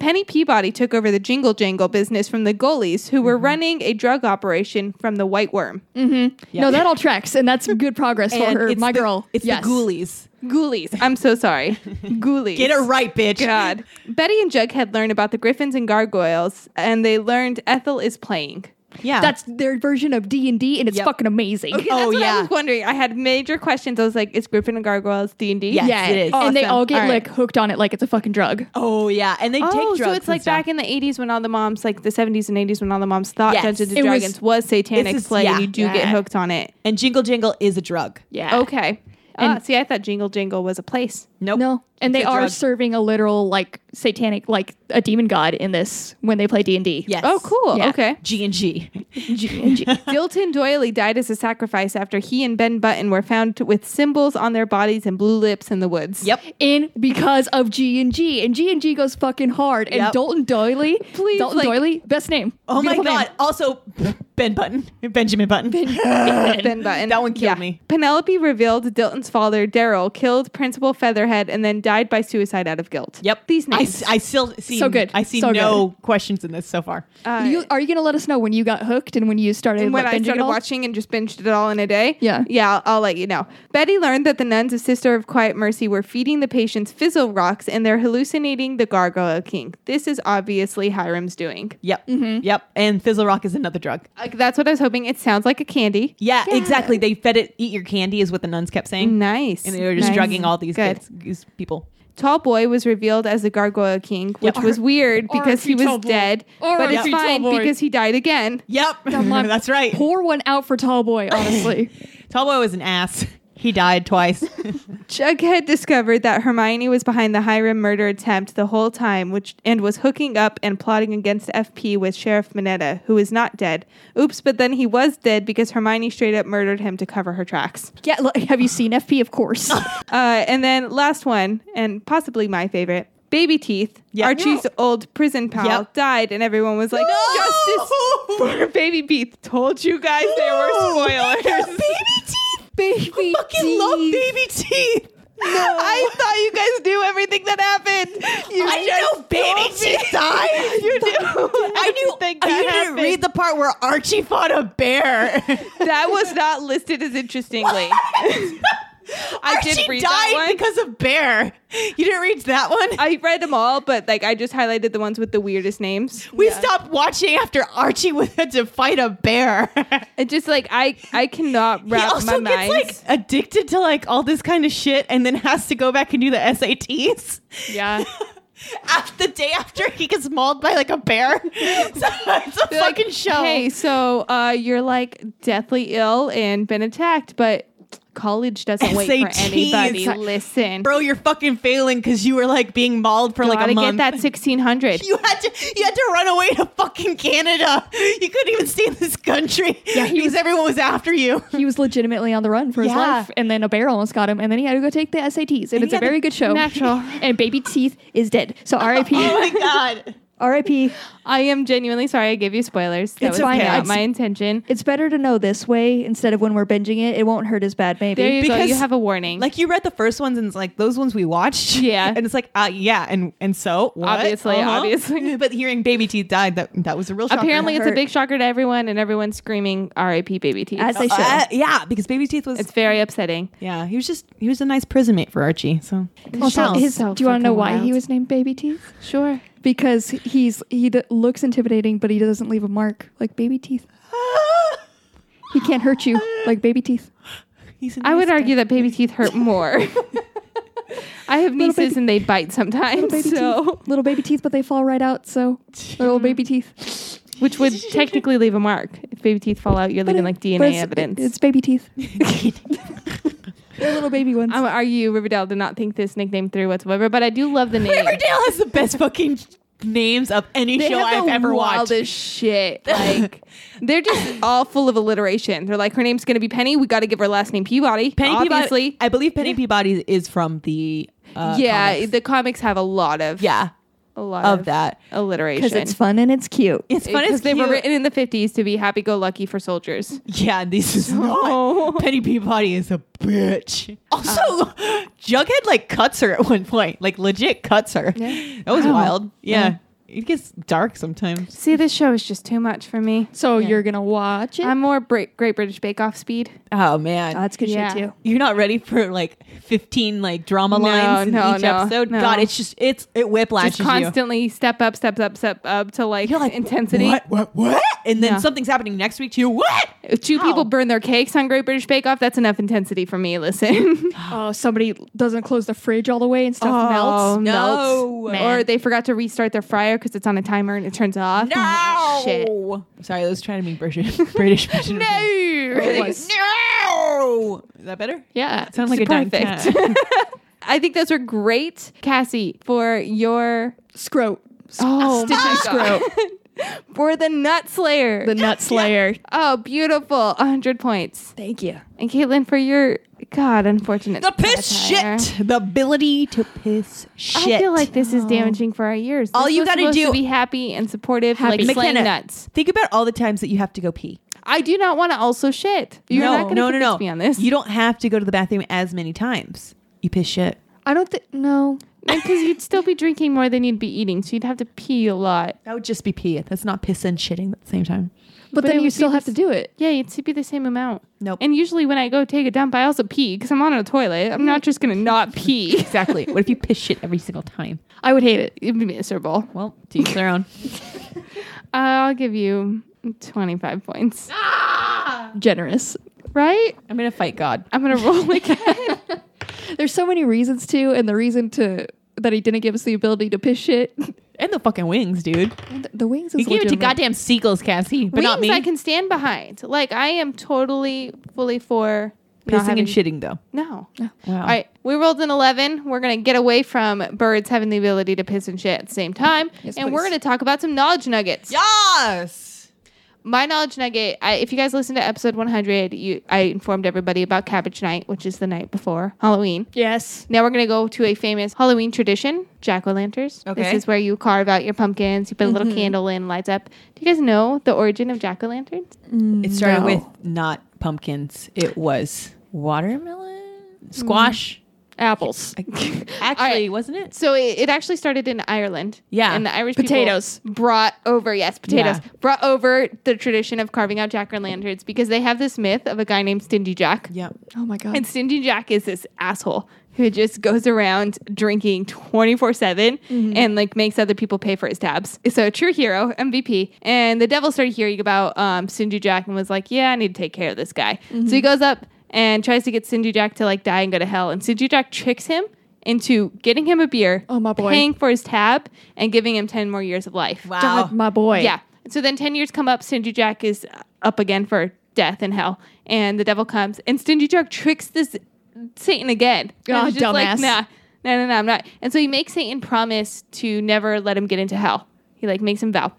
Speaker 1: Penny Peabody took over the jingle jangle business from the goalies who were running a drug operation from the White Worm.
Speaker 2: Yeah.
Speaker 3: No, that all tracks, and that's good progress
Speaker 2: And
Speaker 3: for her.
Speaker 2: it's
Speaker 3: My
Speaker 2: the-
Speaker 3: girl.
Speaker 2: It's
Speaker 3: yes.
Speaker 2: the Ghoulies.
Speaker 1: Ghoulies. I'm so sorry. Ghoulies.
Speaker 2: Get it right, bitch.
Speaker 1: God. Betty and Jughead learn about the griffins and gargoyles, and they learned Ethel is playing.
Speaker 2: Yeah.
Speaker 3: That's their version of D and D, and it's
Speaker 2: Yep.
Speaker 3: fucking amazing.
Speaker 1: Yeah, that's
Speaker 2: Oh,
Speaker 1: what I
Speaker 2: yeah.
Speaker 1: was wondering. I had major questions. I was like, is Griffin and Gargoyles D and D?
Speaker 2: Yes, it is.
Speaker 3: and they
Speaker 1: Awesome.
Speaker 3: all get
Speaker 1: All right.
Speaker 3: like hooked on it like it's a fucking drug.
Speaker 2: Oh yeah, and they take
Speaker 1: Oh,
Speaker 2: drugs.
Speaker 1: so it's like back in the 80s when all the moms, like the 70s and 80s when all the moms thought
Speaker 2: Yes.
Speaker 1: Dungeons and
Speaker 3: It was-
Speaker 1: Dragons was, satanic
Speaker 2: This is-
Speaker 1: play,
Speaker 2: yeah.
Speaker 1: and you do get
Speaker 3: Yeah.
Speaker 1: hooked on it.
Speaker 2: and Jingle Jingle is a drug.
Speaker 3: Yeah.
Speaker 1: Okay. And see, I thought Jingle Jingle was a place.
Speaker 2: Nope.
Speaker 3: No, and
Speaker 2: It's
Speaker 3: they
Speaker 2: a
Speaker 3: are
Speaker 2: drug.
Speaker 3: serving a literal like satanic, like a demon god in this when they play D and D.
Speaker 2: Yes.
Speaker 1: Oh, cool.
Speaker 3: Yeah.
Speaker 1: Okay.
Speaker 2: G and G.
Speaker 1: Dilton Doily died as a sacrifice after he and Ben Button were found with symbols on their bodies and blue lips in the woods.
Speaker 2: Yep.
Speaker 3: in because of G and G, and G and G goes fucking hard. And
Speaker 2: Yep.
Speaker 3: Dalton Doily,
Speaker 1: Please,
Speaker 3: Dalton
Speaker 1: like-
Speaker 3: Doily, best name.
Speaker 2: Oh my
Speaker 3: Beautiful
Speaker 2: god. Also, Ben Button, Benjamin Button.
Speaker 1: Ben Button.
Speaker 2: That one killed me.
Speaker 1: Penelope revealed Dilton's father, Daryl, killed Principal Featherhead and then died by suicide out of guilt.
Speaker 2: Yep.
Speaker 1: These
Speaker 2: I
Speaker 1: names.
Speaker 2: s- I, still see.
Speaker 3: So good.
Speaker 2: I see
Speaker 3: So
Speaker 2: no questions in this so far.
Speaker 1: Uh,
Speaker 3: name. You, are you gonna let us know when you got hooked and when you started?
Speaker 1: and when
Speaker 3: like,
Speaker 1: I
Speaker 3: binging
Speaker 1: started
Speaker 3: it all?
Speaker 1: watching and just binged it all in a day.
Speaker 3: Yeah.
Speaker 1: Yeah, I'll, I'll let you know. Betty learned that the nuns of Sister of Quiet Mercy were feeding the patients fizzle rocks and they're hallucinating the Gargoyle King. This is obviously Hiram's doing.
Speaker 2: Yep. Yep. And Fizzle Rock is another drug.
Speaker 1: Like, that's what I was hoping. It sounds like a candy.
Speaker 2: Yeah, exactly. They fed it. Eat your candy is what the nuns kept saying.
Speaker 1: Nice.
Speaker 2: And they were just
Speaker 1: Nice.
Speaker 2: drugging all these
Speaker 1: Good.
Speaker 2: kids, these people.
Speaker 1: Tall Boy was revealed as the Gargoyle King, which
Speaker 2: Yep.
Speaker 1: was weird because he
Speaker 3: R.I.P.
Speaker 1: was
Speaker 3: Tall Boy.
Speaker 1: dead. But it's
Speaker 3: R.I.P. Tall
Speaker 1: fine
Speaker 3: Boy.
Speaker 1: because he died again.
Speaker 2: Yep.
Speaker 3: on.
Speaker 2: That's right.
Speaker 3: Pour one out for Tallboy, honestly.
Speaker 2: Tallboy was an ass. He died twice.
Speaker 1: Jughead discovered that Hermione was behind the Hiram murder attempt the whole time, which and was hooking up and plotting against FP with Sheriff Mineta, who is not dead. Oops, but then he was dead because Hermione straight up murdered him to cover her tracks.
Speaker 3: yeah, look, have you seen FP? Of course.
Speaker 1: Uh, and then last one, and possibly my favorite, Baby Teeth,
Speaker 2: Yep.
Speaker 1: Archie's old prison pal,
Speaker 2: Yep.
Speaker 1: died, and everyone was like, "Justice for Baby Teeth!" Told you guys there were
Speaker 2: Yeah,
Speaker 1: spoilers.
Speaker 2: baby teeth.
Speaker 3: Baby
Speaker 2: I fucking love baby teeth.
Speaker 1: I thought you guys knew everything that happened. You
Speaker 2: I didn't know baby teeth died.
Speaker 1: You knew.
Speaker 2: I knew.
Speaker 1: everything that
Speaker 2: you didn't
Speaker 1: happened.
Speaker 2: read the part where Archie fought a bear.
Speaker 1: That was not listed as interestingly. I
Speaker 2: Archie
Speaker 1: did read
Speaker 2: died
Speaker 1: that one.
Speaker 2: because of bear. You didn't read that one.
Speaker 1: I read them all, but like I just highlighted the ones with the weirdest names.
Speaker 2: we stopped watching after Archie went to fight a bear.
Speaker 1: It just like I I cannot
Speaker 2: he
Speaker 1: wrap
Speaker 2: also
Speaker 1: my
Speaker 2: gets
Speaker 1: mind.
Speaker 2: like addicted to like all this kind of shit, and then has to go back and do the SATs.
Speaker 3: Yeah.
Speaker 2: After the day after he gets mauled by like a bear, so it's a
Speaker 1: They're like,
Speaker 2: fucking show.
Speaker 1: Hey, so uh, you're like deathly ill and been attacked, but college doesn't wait for
Speaker 2: SATs.
Speaker 1: anybody. Listen,
Speaker 2: bro, you're fucking failing because you were like being mauled for like
Speaker 1: gotta
Speaker 2: a month.
Speaker 1: get that 1600.
Speaker 2: you had to you had to run away to fucking Canada. You couldn't even stay in this country. Yeah,
Speaker 3: he
Speaker 2: because
Speaker 3: was-
Speaker 2: everyone was after you.
Speaker 3: He was legitimately on the run for his
Speaker 2: Yeah.
Speaker 3: life, and then a bear almost got him, and then he had to go take the SATs, and,
Speaker 2: he
Speaker 3: it's a
Speaker 2: had to-
Speaker 3: very good show.
Speaker 1: Natural.
Speaker 3: And Baby Teeth is dead, so R.I.P.
Speaker 2: Oh my god.
Speaker 3: R.I.P.
Speaker 1: I am genuinely sorry I gave you spoilers. That
Speaker 2: It's
Speaker 1: was
Speaker 2: okay.
Speaker 1: not
Speaker 2: It's-
Speaker 1: my intention.
Speaker 3: It's better to know this way instead of when we're binging it. It won't hurt as bad, maybe.
Speaker 1: There you go.
Speaker 2: Because-
Speaker 1: You have a warning.
Speaker 2: Like you read the first ones and it's like those ones we watched.
Speaker 1: Yeah.
Speaker 2: And it's like, uh yeah, and and so what? Uh-huh.
Speaker 1: Obviously, obviously.
Speaker 2: But hearing baby teeth died, that that was a real shock.
Speaker 1: Apparently, it's a
Speaker 3: hurt.
Speaker 1: big shocker to everyone, and everyone's screaming "R.I.P. Baby Teeth."
Speaker 3: As they should.
Speaker 2: Uh, yeah, because baby teeth was
Speaker 1: it's very upsetting.
Speaker 2: yeah, he was just he was a nice prison mate for Archie. So
Speaker 3: also,
Speaker 1: Michelle's
Speaker 3: his,
Speaker 1: so
Speaker 3: do you want to know
Speaker 1: fucking
Speaker 3: why he
Speaker 1: wild.
Speaker 3: was named Baby Teeth?
Speaker 1: Sure.
Speaker 3: Because he's he d- looks intimidating, but he doesn't leave a mark like Baby Teeth. He can't hurt you like Baby Teeth.
Speaker 2: He's a
Speaker 1: I would
Speaker 2: nice
Speaker 1: argue that baby teeth hurt more. I have nieces
Speaker 3: baby-
Speaker 1: and they bite sometimes,
Speaker 3: Baby
Speaker 1: so
Speaker 3: teeth, little baby teeth, but they fall right out. So little baby teeth,
Speaker 1: which would technically leave a mark. If baby teeth fall out, you're
Speaker 3: But
Speaker 1: leaving
Speaker 3: it-
Speaker 1: like
Speaker 3: but
Speaker 1: DNA
Speaker 3: it's-
Speaker 1: evidence.
Speaker 3: It's baby teeth.
Speaker 2: guy.
Speaker 3: They're little baby ones.
Speaker 1: I'm gonna argue Riverdale did not think this nickname through whatsoever, but I do love the name.
Speaker 2: Riverdale has the best fucking names of any
Speaker 1: They
Speaker 2: show
Speaker 1: have
Speaker 2: I've
Speaker 1: the
Speaker 2: ever watched.
Speaker 1: wildest shit. Like they're just all full of alliteration. They're like, her name's gonna be Penny. We got to give her last name Peabody.
Speaker 2: Penny
Speaker 1: obviously.
Speaker 2: Peabody. I believe Penny Peabody is from the. Uh,
Speaker 1: yeah,
Speaker 2: comics.
Speaker 1: the comics have a lot of
Speaker 2: yeah,
Speaker 1: a lot
Speaker 2: of that.
Speaker 1: alliteration
Speaker 3: because it's fun and it's cute.
Speaker 2: It's funny.
Speaker 1: because
Speaker 2: It's
Speaker 1: they were
Speaker 2: cute.
Speaker 1: written in the 50s to be happy-go-lucky for soldiers
Speaker 2: Yeah, and this is not Penny Peabody is a bitch. Also, Jughead like cuts her at one point, like legit cuts her.
Speaker 1: Yeah.
Speaker 2: That was
Speaker 1: Wow.
Speaker 2: wild. Yeah. it gets dark sometimes.
Speaker 1: see this show is just too much for me
Speaker 3: So you're gonna watch it.
Speaker 1: i'm more Bra- great british bake off speed
Speaker 2: Oh man,
Speaker 3: Oh, that's good
Speaker 1: Yeah.
Speaker 3: shit too.
Speaker 2: you're not ready for like 15 like drama
Speaker 1: No,
Speaker 2: lines in
Speaker 1: no,
Speaker 2: each
Speaker 1: no,
Speaker 2: episode.
Speaker 1: no.
Speaker 2: God, it's just it's it whiplashes
Speaker 1: just constantly step up step up step up to like,
Speaker 2: you. You're like
Speaker 1: intensity
Speaker 2: What? What? What? And then
Speaker 1: Yeah.
Speaker 2: something's happening next week to you. What?
Speaker 1: If two
Speaker 2: How?
Speaker 1: people burn their cakes on great british bake off that's enough intensity for me listen
Speaker 3: Oh, somebody doesn't close the fridge all the way and stuff
Speaker 1: Oh,
Speaker 3: melts.
Speaker 2: No.
Speaker 1: melts.
Speaker 3: Man.
Speaker 1: or they forgot to restart their fryer because it's on a timer and it turns off
Speaker 2: No.
Speaker 1: shit
Speaker 2: Sorry, I was trying to be British. British. British
Speaker 1: no
Speaker 3: was.
Speaker 2: No. Is that better?
Speaker 1: yeah
Speaker 2: Sounds like a dying
Speaker 1: perfect i think those were great cassie for your
Speaker 3: Scroat.
Speaker 1: Oh,
Speaker 3: Stitchy
Speaker 1: my
Speaker 3: Scroat.
Speaker 1: for the Nut Slayer.
Speaker 3: The Nut Slayer.
Speaker 1: oh, beautiful. 100 points.
Speaker 3: Thank you.
Speaker 1: And Caitlin, for your, God, unfortunate.
Speaker 2: the piss
Speaker 1: satire.
Speaker 2: shit. The ability to piss shit.
Speaker 1: I feel like this is damaging for our ears.
Speaker 2: All
Speaker 1: This
Speaker 2: you
Speaker 1: was
Speaker 2: gotta
Speaker 1: supposed
Speaker 2: do-
Speaker 1: to be happy and supportive,
Speaker 2: Happy.
Speaker 1: like slaying
Speaker 2: McKenna.
Speaker 1: nuts.
Speaker 2: Think about all the times that you have to go pee.
Speaker 1: I do not want to also shit. You're not going to
Speaker 2: no, no, no.
Speaker 1: me on this.
Speaker 2: You don't have to go to the bathroom as many times. You piss shit.
Speaker 3: I don't think no.
Speaker 1: because you'd still be drinking more than you'd be eating, so you'd have to pee a lot.
Speaker 2: That would just be pee. That's not piss and shitting at the same time.
Speaker 3: But,
Speaker 1: it
Speaker 3: then you
Speaker 1: would
Speaker 3: still
Speaker 1: be
Speaker 3: have
Speaker 1: the
Speaker 3: to do it.
Speaker 1: Yeah, it'd be the same amount.
Speaker 2: Nope.
Speaker 1: And usually when I go take a dump, I also pee because I'm on a toilet. I'm not just going to not pee.
Speaker 2: Exactly. what if you piss shit every single time?
Speaker 3: I would hate it.
Speaker 1: It'd be miserable. Uh,
Speaker 2: Well, to each their own.
Speaker 1: I'll give you 25 points.
Speaker 2: Ah!
Speaker 3: Generous.
Speaker 1: Right?
Speaker 2: I'm gonna fight God.
Speaker 1: I'm going to roll again.
Speaker 3: There's so many reasons to, and the reason to that he didn't give us the ability to piss shit.
Speaker 2: And the fucking wings, dude.
Speaker 3: The- the wings is
Speaker 2: You gave it to
Speaker 3: legitimate.
Speaker 2: goddamn seagulls, Cassie, but
Speaker 1: Wings
Speaker 2: not me.
Speaker 1: I can stand behind. Like, I am totally, fully for not
Speaker 2: Pissing
Speaker 1: having-
Speaker 2: and Oh. shitting though.
Speaker 1: No.
Speaker 2: Wow.
Speaker 1: All right. We rolled an 11. We're going to get away from birds having the ability to piss and shit at the same time.
Speaker 3: Yes,
Speaker 1: and we're
Speaker 3: please.
Speaker 1: going to talk about some knowledge nuggets.
Speaker 2: Yes.
Speaker 1: my knowledge nugget I, if you guys listen to episode 100 you i informed everybody about cabbage night which is the night before halloween
Speaker 3: Yes.
Speaker 1: now we're going to go to a famous halloween tradition jack-o'-lanterns this
Speaker 2: Okay. Mm-hmm.
Speaker 1: is where you carve out your pumpkins you put a little candle in lights up do you guys know the origin of jack-o'-lanterns
Speaker 2: It started
Speaker 3: No.
Speaker 2: with not pumpkins. It was watermelon, squash.
Speaker 3: Apples.
Speaker 2: Actually,
Speaker 1: Mm. right.
Speaker 2: wasn't it?
Speaker 1: so it, it actually started in ireland
Speaker 2: Yeah.
Speaker 1: and the irish
Speaker 3: Potatoes.
Speaker 1: people brought over yes potatoes
Speaker 2: Yeah.
Speaker 1: brought over the tradition of carving out jack-o'-lanterns because they have this myth of a guy named stingy jack
Speaker 2: Yeah.
Speaker 3: Oh my god.
Speaker 1: And Stingy Jack is this asshole who just goes around drinking 24 7
Speaker 3: Mm-hmm.
Speaker 1: and like makes other people pay for his tabs. So, a true hero, MVP. And the devil started hearing about um, Stingy Jack and was like, Yeah, I need to take care of this guy.
Speaker 3: Mm-hmm.
Speaker 1: So he goes up and tries to get Stingy Jack to like die and go to hell. And Stingy Jack tricks him into getting him a beer,
Speaker 3: Oh, my boy.
Speaker 1: paying for his tab, and giving him 10 more years of life.
Speaker 2: Wow.
Speaker 3: God, my boy.
Speaker 1: Yeah. So then 10 years come up, Stingy Jack is up again for death and hell. And the devil comes, and Stingy Jack tricks this Satan again. And
Speaker 3: Oh,
Speaker 1: he's just
Speaker 3: dumbass.
Speaker 1: Like, nah, no, no, no, I'm not. And so he makes Satan promise to never let him get into hell. He like makes him vow.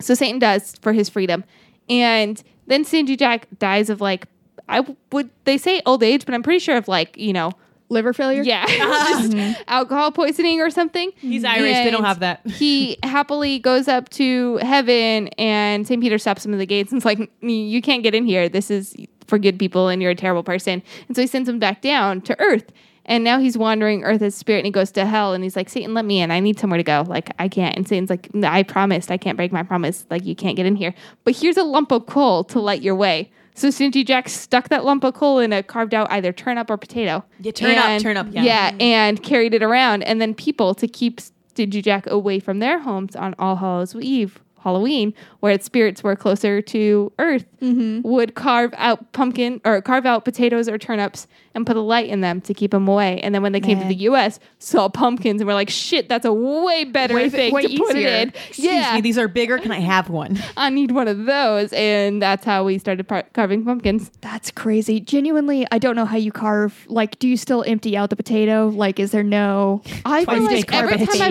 Speaker 1: So Satan does for his freedom. And then Stingy Jack dies of like, I w- would, they say old age, but I'm pretty sure of like, you know,
Speaker 3: Liver failure.
Speaker 1: yeah, just alcohol poisoning or something.
Speaker 2: He's Irish. They don't
Speaker 1: And
Speaker 2: have that.
Speaker 1: he happily goes up to heaven, and St. Peter stops him at the gates and is like, "N- You can't get in here. This is for good people, and you're a terrible person. And so he sends him back down to earth. And now he's wandering earth as spirit, and he goes to hell. And he's like, Satan, let me in. I need somewhere to go. Like, I can't. And Satan's like, "No, I promised. I can't break my promise. Like, you can't get in here. But here's a lump of coal to light your way. So Stingy Jack stuck that lump of coal in a carved out either turnip or potato.
Speaker 2: Yeah, turnip,
Speaker 1: And-
Speaker 2: turnip, yeah. Mm-hmm.
Speaker 1: Yeah, and carried it around, and then people to keep Stingy Jack away from their homes on All Hallows Eve. Halloween, where its spirits were closer to Earth,
Speaker 2: Mm-hmm.
Speaker 1: would carve out pumpkin or carve out potatoes or turnips and put a light in them to keep them away. And then when they came to
Speaker 2: Man.
Speaker 1: the U.S., saw pumpkins and were like, "Shit, that's a way better
Speaker 3: Way-
Speaker 1: thing
Speaker 3: way
Speaker 1: to put it
Speaker 3: easier.
Speaker 1: in."
Speaker 2: Excuse me, these are bigger. Can I have one?
Speaker 1: I need one of those. And that's how we started par- carving pumpkins.
Speaker 3: That's crazy. Genuinely, I don't know how you carve. Like, do you still empty out the potato? Like, is there no?
Speaker 1: I
Speaker 2: Twice
Speaker 1: feel
Speaker 2: baked
Speaker 1: like every
Speaker 2: carpet
Speaker 1: time I've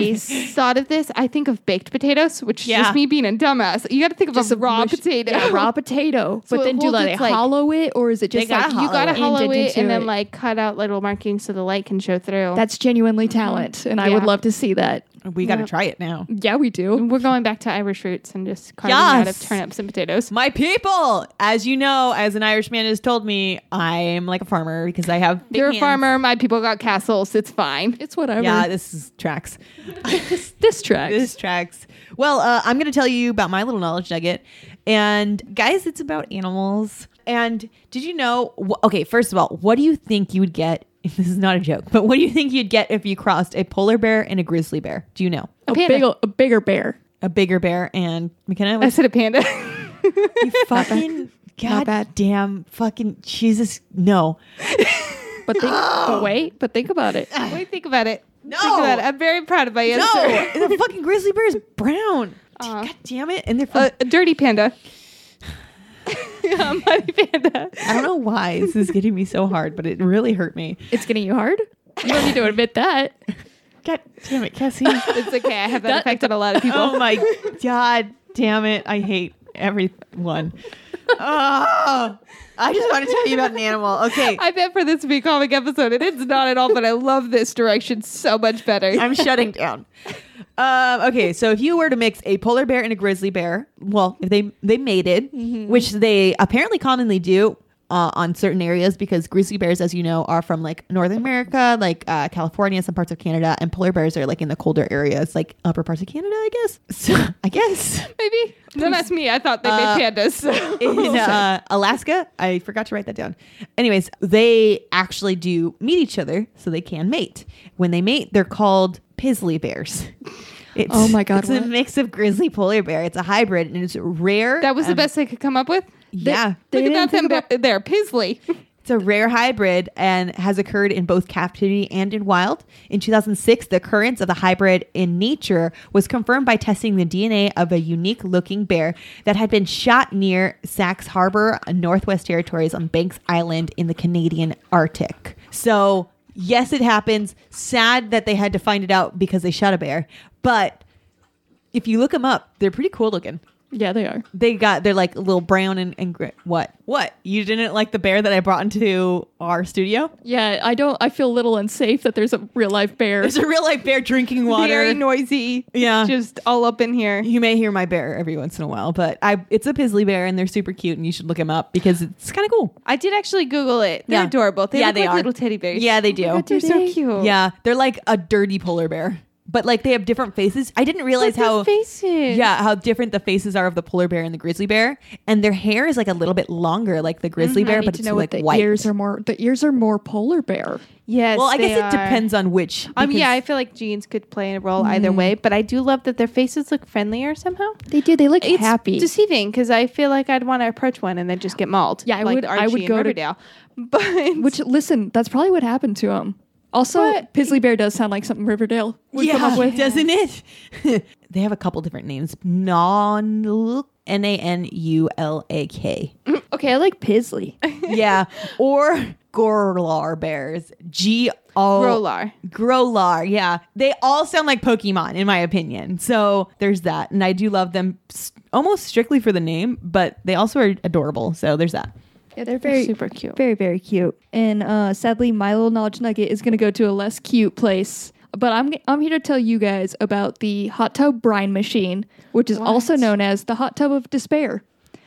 Speaker 3: cheese.
Speaker 1: thought of this, I think of baked potatoes, which is
Speaker 2: Yeah.
Speaker 1: just me being a dumbass. You got to think of a raw
Speaker 3: mush-
Speaker 1: potato.
Speaker 3: Yeah, raw potato.
Speaker 1: So
Speaker 3: but
Speaker 1: it
Speaker 3: then do
Speaker 1: holds
Speaker 3: they
Speaker 1: its, like-
Speaker 3: hollow it, or is it just
Speaker 2: gotta
Speaker 3: like
Speaker 1: you got to
Speaker 2: Hollow
Speaker 1: hollow
Speaker 2: it.
Speaker 3: Ended
Speaker 1: it
Speaker 3: into
Speaker 1: and then
Speaker 3: it.
Speaker 1: like cut out little markings so the light can show through.
Speaker 3: That's genuinely talent, and I would
Speaker 1: Yeah.
Speaker 3: love to see that.
Speaker 2: We got to try it now.
Speaker 3: Yeah, we do.
Speaker 1: We're going back to Irish roots and just carving out of
Speaker 2: Yes.
Speaker 1: turnips and potatoes.
Speaker 2: My people, as you know, as an Irishman has told me, I'm like a farmer because I have. big
Speaker 1: You're a
Speaker 2: hands.
Speaker 1: farmer. My people got castles. It's fine.
Speaker 3: It's whatever.
Speaker 2: Yeah, this is tracks.
Speaker 3: this track.
Speaker 2: This tracks. Well, uh, I'm going to tell you about my little knowledge nugget. And guys, it's about animals. And did you know? Wh- okay, first of all, what do you think you would get? This is not a joke, but what do you think you'd get if you crossed a polar bear and a grizzly bear? Do you know?
Speaker 3: a,
Speaker 1: panda.
Speaker 3: big, a bigger bear.
Speaker 2: A bigger bear and McKenna.
Speaker 1: I
Speaker 2: What's
Speaker 1: said a panda.
Speaker 2: fucking
Speaker 3: Not bad.
Speaker 2: god damn fucking Jesus no.
Speaker 3: But think, but wait, but think about it.
Speaker 1: Wait, think about it.
Speaker 2: No.
Speaker 1: Think about it. I'm very proud of my
Speaker 2: No,
Speaker 1: answer.
Speaker 2: the fucking grizzly bear is brown.
Speaker 1: Aw.
Speaker 2: God damn it! And they're from,
Speaker 1: A, a dirty panda. a muddy panda.
Speaker 2: I don't know why this is getting me so hard, but it really hurt me.
Speaker 3: It's getting you hard. You don't need to admit that.
Speaker 2: God damn it, Cassie!
Speaker 1: It's okay. I have that,
Speaker 3: That-
Speaker 1: effect on a lot of people.
Speaker 2: oh my god damn it! I hate everyone. Oh, I just want to tell you about an animal. Okay,
Speaker 1: I bet for this week comic episode, and it's not at all, but I love this direction so much better.
Speaker 2: I'm shutting down. Um, okay, so if you were to mix a polar bear and a grizzly bear, well, if they they mated,
Speaker 1: Mm-hmm.
Speaker 2: which they apparently commonly do uh, on certain areas, because grizzly bears, as you know, are from like North America, like uh, California, some parts of Canada, and polar bears are like in the colder areas, like upper parts of Canada, I guess. So I guess
Speaker 1: Maybe don't ask me. I thought they
Speaker 2: Uh,
Speaker 1: made pandas. so.
Speaker 2: in uh, Alaska. I forgot to write that down. Anyways, they actually do meet each other, so they can mate. When they mate, they're called pizzly bears. It's,
Speaker 3: Oh my God,
Speaker 2: It's a
Speaker 3: what?
Speaker 2: mix of grizzly polar bear. It's a hybrid, and it's rare.
Speaker 1: that was the
Speaker 2: um,
Speaker 1: best I could come up with.
Speaker 2: Yeah,
Speaker 3: They
Speaker 1: Look
Speaker 3: didn't
Speaker 1: at that
Speaker 3: think
Speaker 1: them ba- there, Pisley.
Speaker 2: it's a rare hybrid and has occurred in both captivity and in wild. In 2006, the occurrence of the hybrid in nature was confirmed by testing the DNA of a unique looking bear that had been shot near Sax Harbor, Northwest Territories on Banks Island in the Canadian Arctic. So, yes, it happens. Sad that they had to find it out because they shot a bear. But if you look them up, they're pretty cool looking
Speaker 3: Yeah, they are.
Speaker 2: they got they're like a little brown and, and grit. What? What? You didn't like the bear that I brought into our studio?
Speaker 3: Yeah, I don't. I feel a little unsafe that there's a real life bear.
Speaker 2: There's a real life bear drinking water.
Speaker 1: Very noisy.
Speaker 2: Yeah.
Speaker 1: just all up in here.
Speaker 2: you may hear my bear every once in a while, but I it's a pizzly bear and they're super cute and you should look them up because it's kind of cool.
Speaker 1: I did actually Google it. They're
Speaker 2: Yeah.
Speaker 1: adorable. They
Speaker 2: Yeah,
Speaker 1: look
Speaker 2: they
Speaker 1: like
Speaker 2: are.
Speaker 1: little teddy bears.
Speaker 2: Yeah, they do.
Speaker 1: they're so
Speaker 3: they?
Speaker 1: cute.
Speaker 2: Yeah, they're like a dirty polar bear, but like they have different faces. I didn't realize
Speaker 1: their
Speaker 2: how
Speaker 1: faces.
Speaker 2: Yeah, how different the faces are of the polar bear and the grizzly bear, and their hair is like a little bit longer, like the grizzly
Speaker 3: Mm-hmm. I
Speaker 2: bear,
Speaker 3: need
Speaker 2: but
Speaker 3: to
Speaker 2: it's
Speaker 3: know
Speaker 2: like
Speaker 3: what the
Speaker 2: white.
Speaker 3: ears are more. The ears are more polar bear.
Speaker 1: Yes.
Speaker 2: well, I guess
Speaker 1: they
Speaker 2: it
Speaker 1: are.
Speaker 2: depends on which.
Speaker 1: Um, yeah,
Speaker 2: because-
Speaker 1: I feel like genes could play a role either
Speaker 3: Mm-hmm.
Speaker 1: way, but I do love that their faces look friendlier somehow.
Speaker 3: They do. They look
Speaker 1: It's
Speaker 3: happy.
Speaker 1: deceiving because I feel like I'd want to approach one and then just get mauled.
Speaker 3: Yeah, I
Speaker 1: like
Speaker 3: would- I
Speaker 1: Archie
Speaker 3: would
Speaker 1: in
Speaker 3: go to-
Speaker 1: Riverdale. But
Speaker 3: Which listen, that's probably what happened to him. Also,
Speaker 1: But-
Speaker 3: Pizzly Bear does sound like something Riverdale would come up with.
Speaker 2: doesn't it? they have a couple different names. Non N A N U L A K.
Speaker 3: Okay, I like Pizzly.
Speaker 2: Yeah. Or Gorlar bears. G O
Speaker 1: Grolar.
Speaker 2: Grolar, yeah. They all sound like Pokemon, in my opinion. So there's that. And I do love them s- almost strictly for the name, but they also are adorable. So there's that.
Speaker 3: Yeah, they're
Speaker 1: very- super cute.
Speaker 3: Very, very cute. And uh, sadly, my little knowledge nugget is going to go to a less cute place. But I'm, I'm here to tell you guys about the hot tub brine machine, which is also known as the hot tub of despair.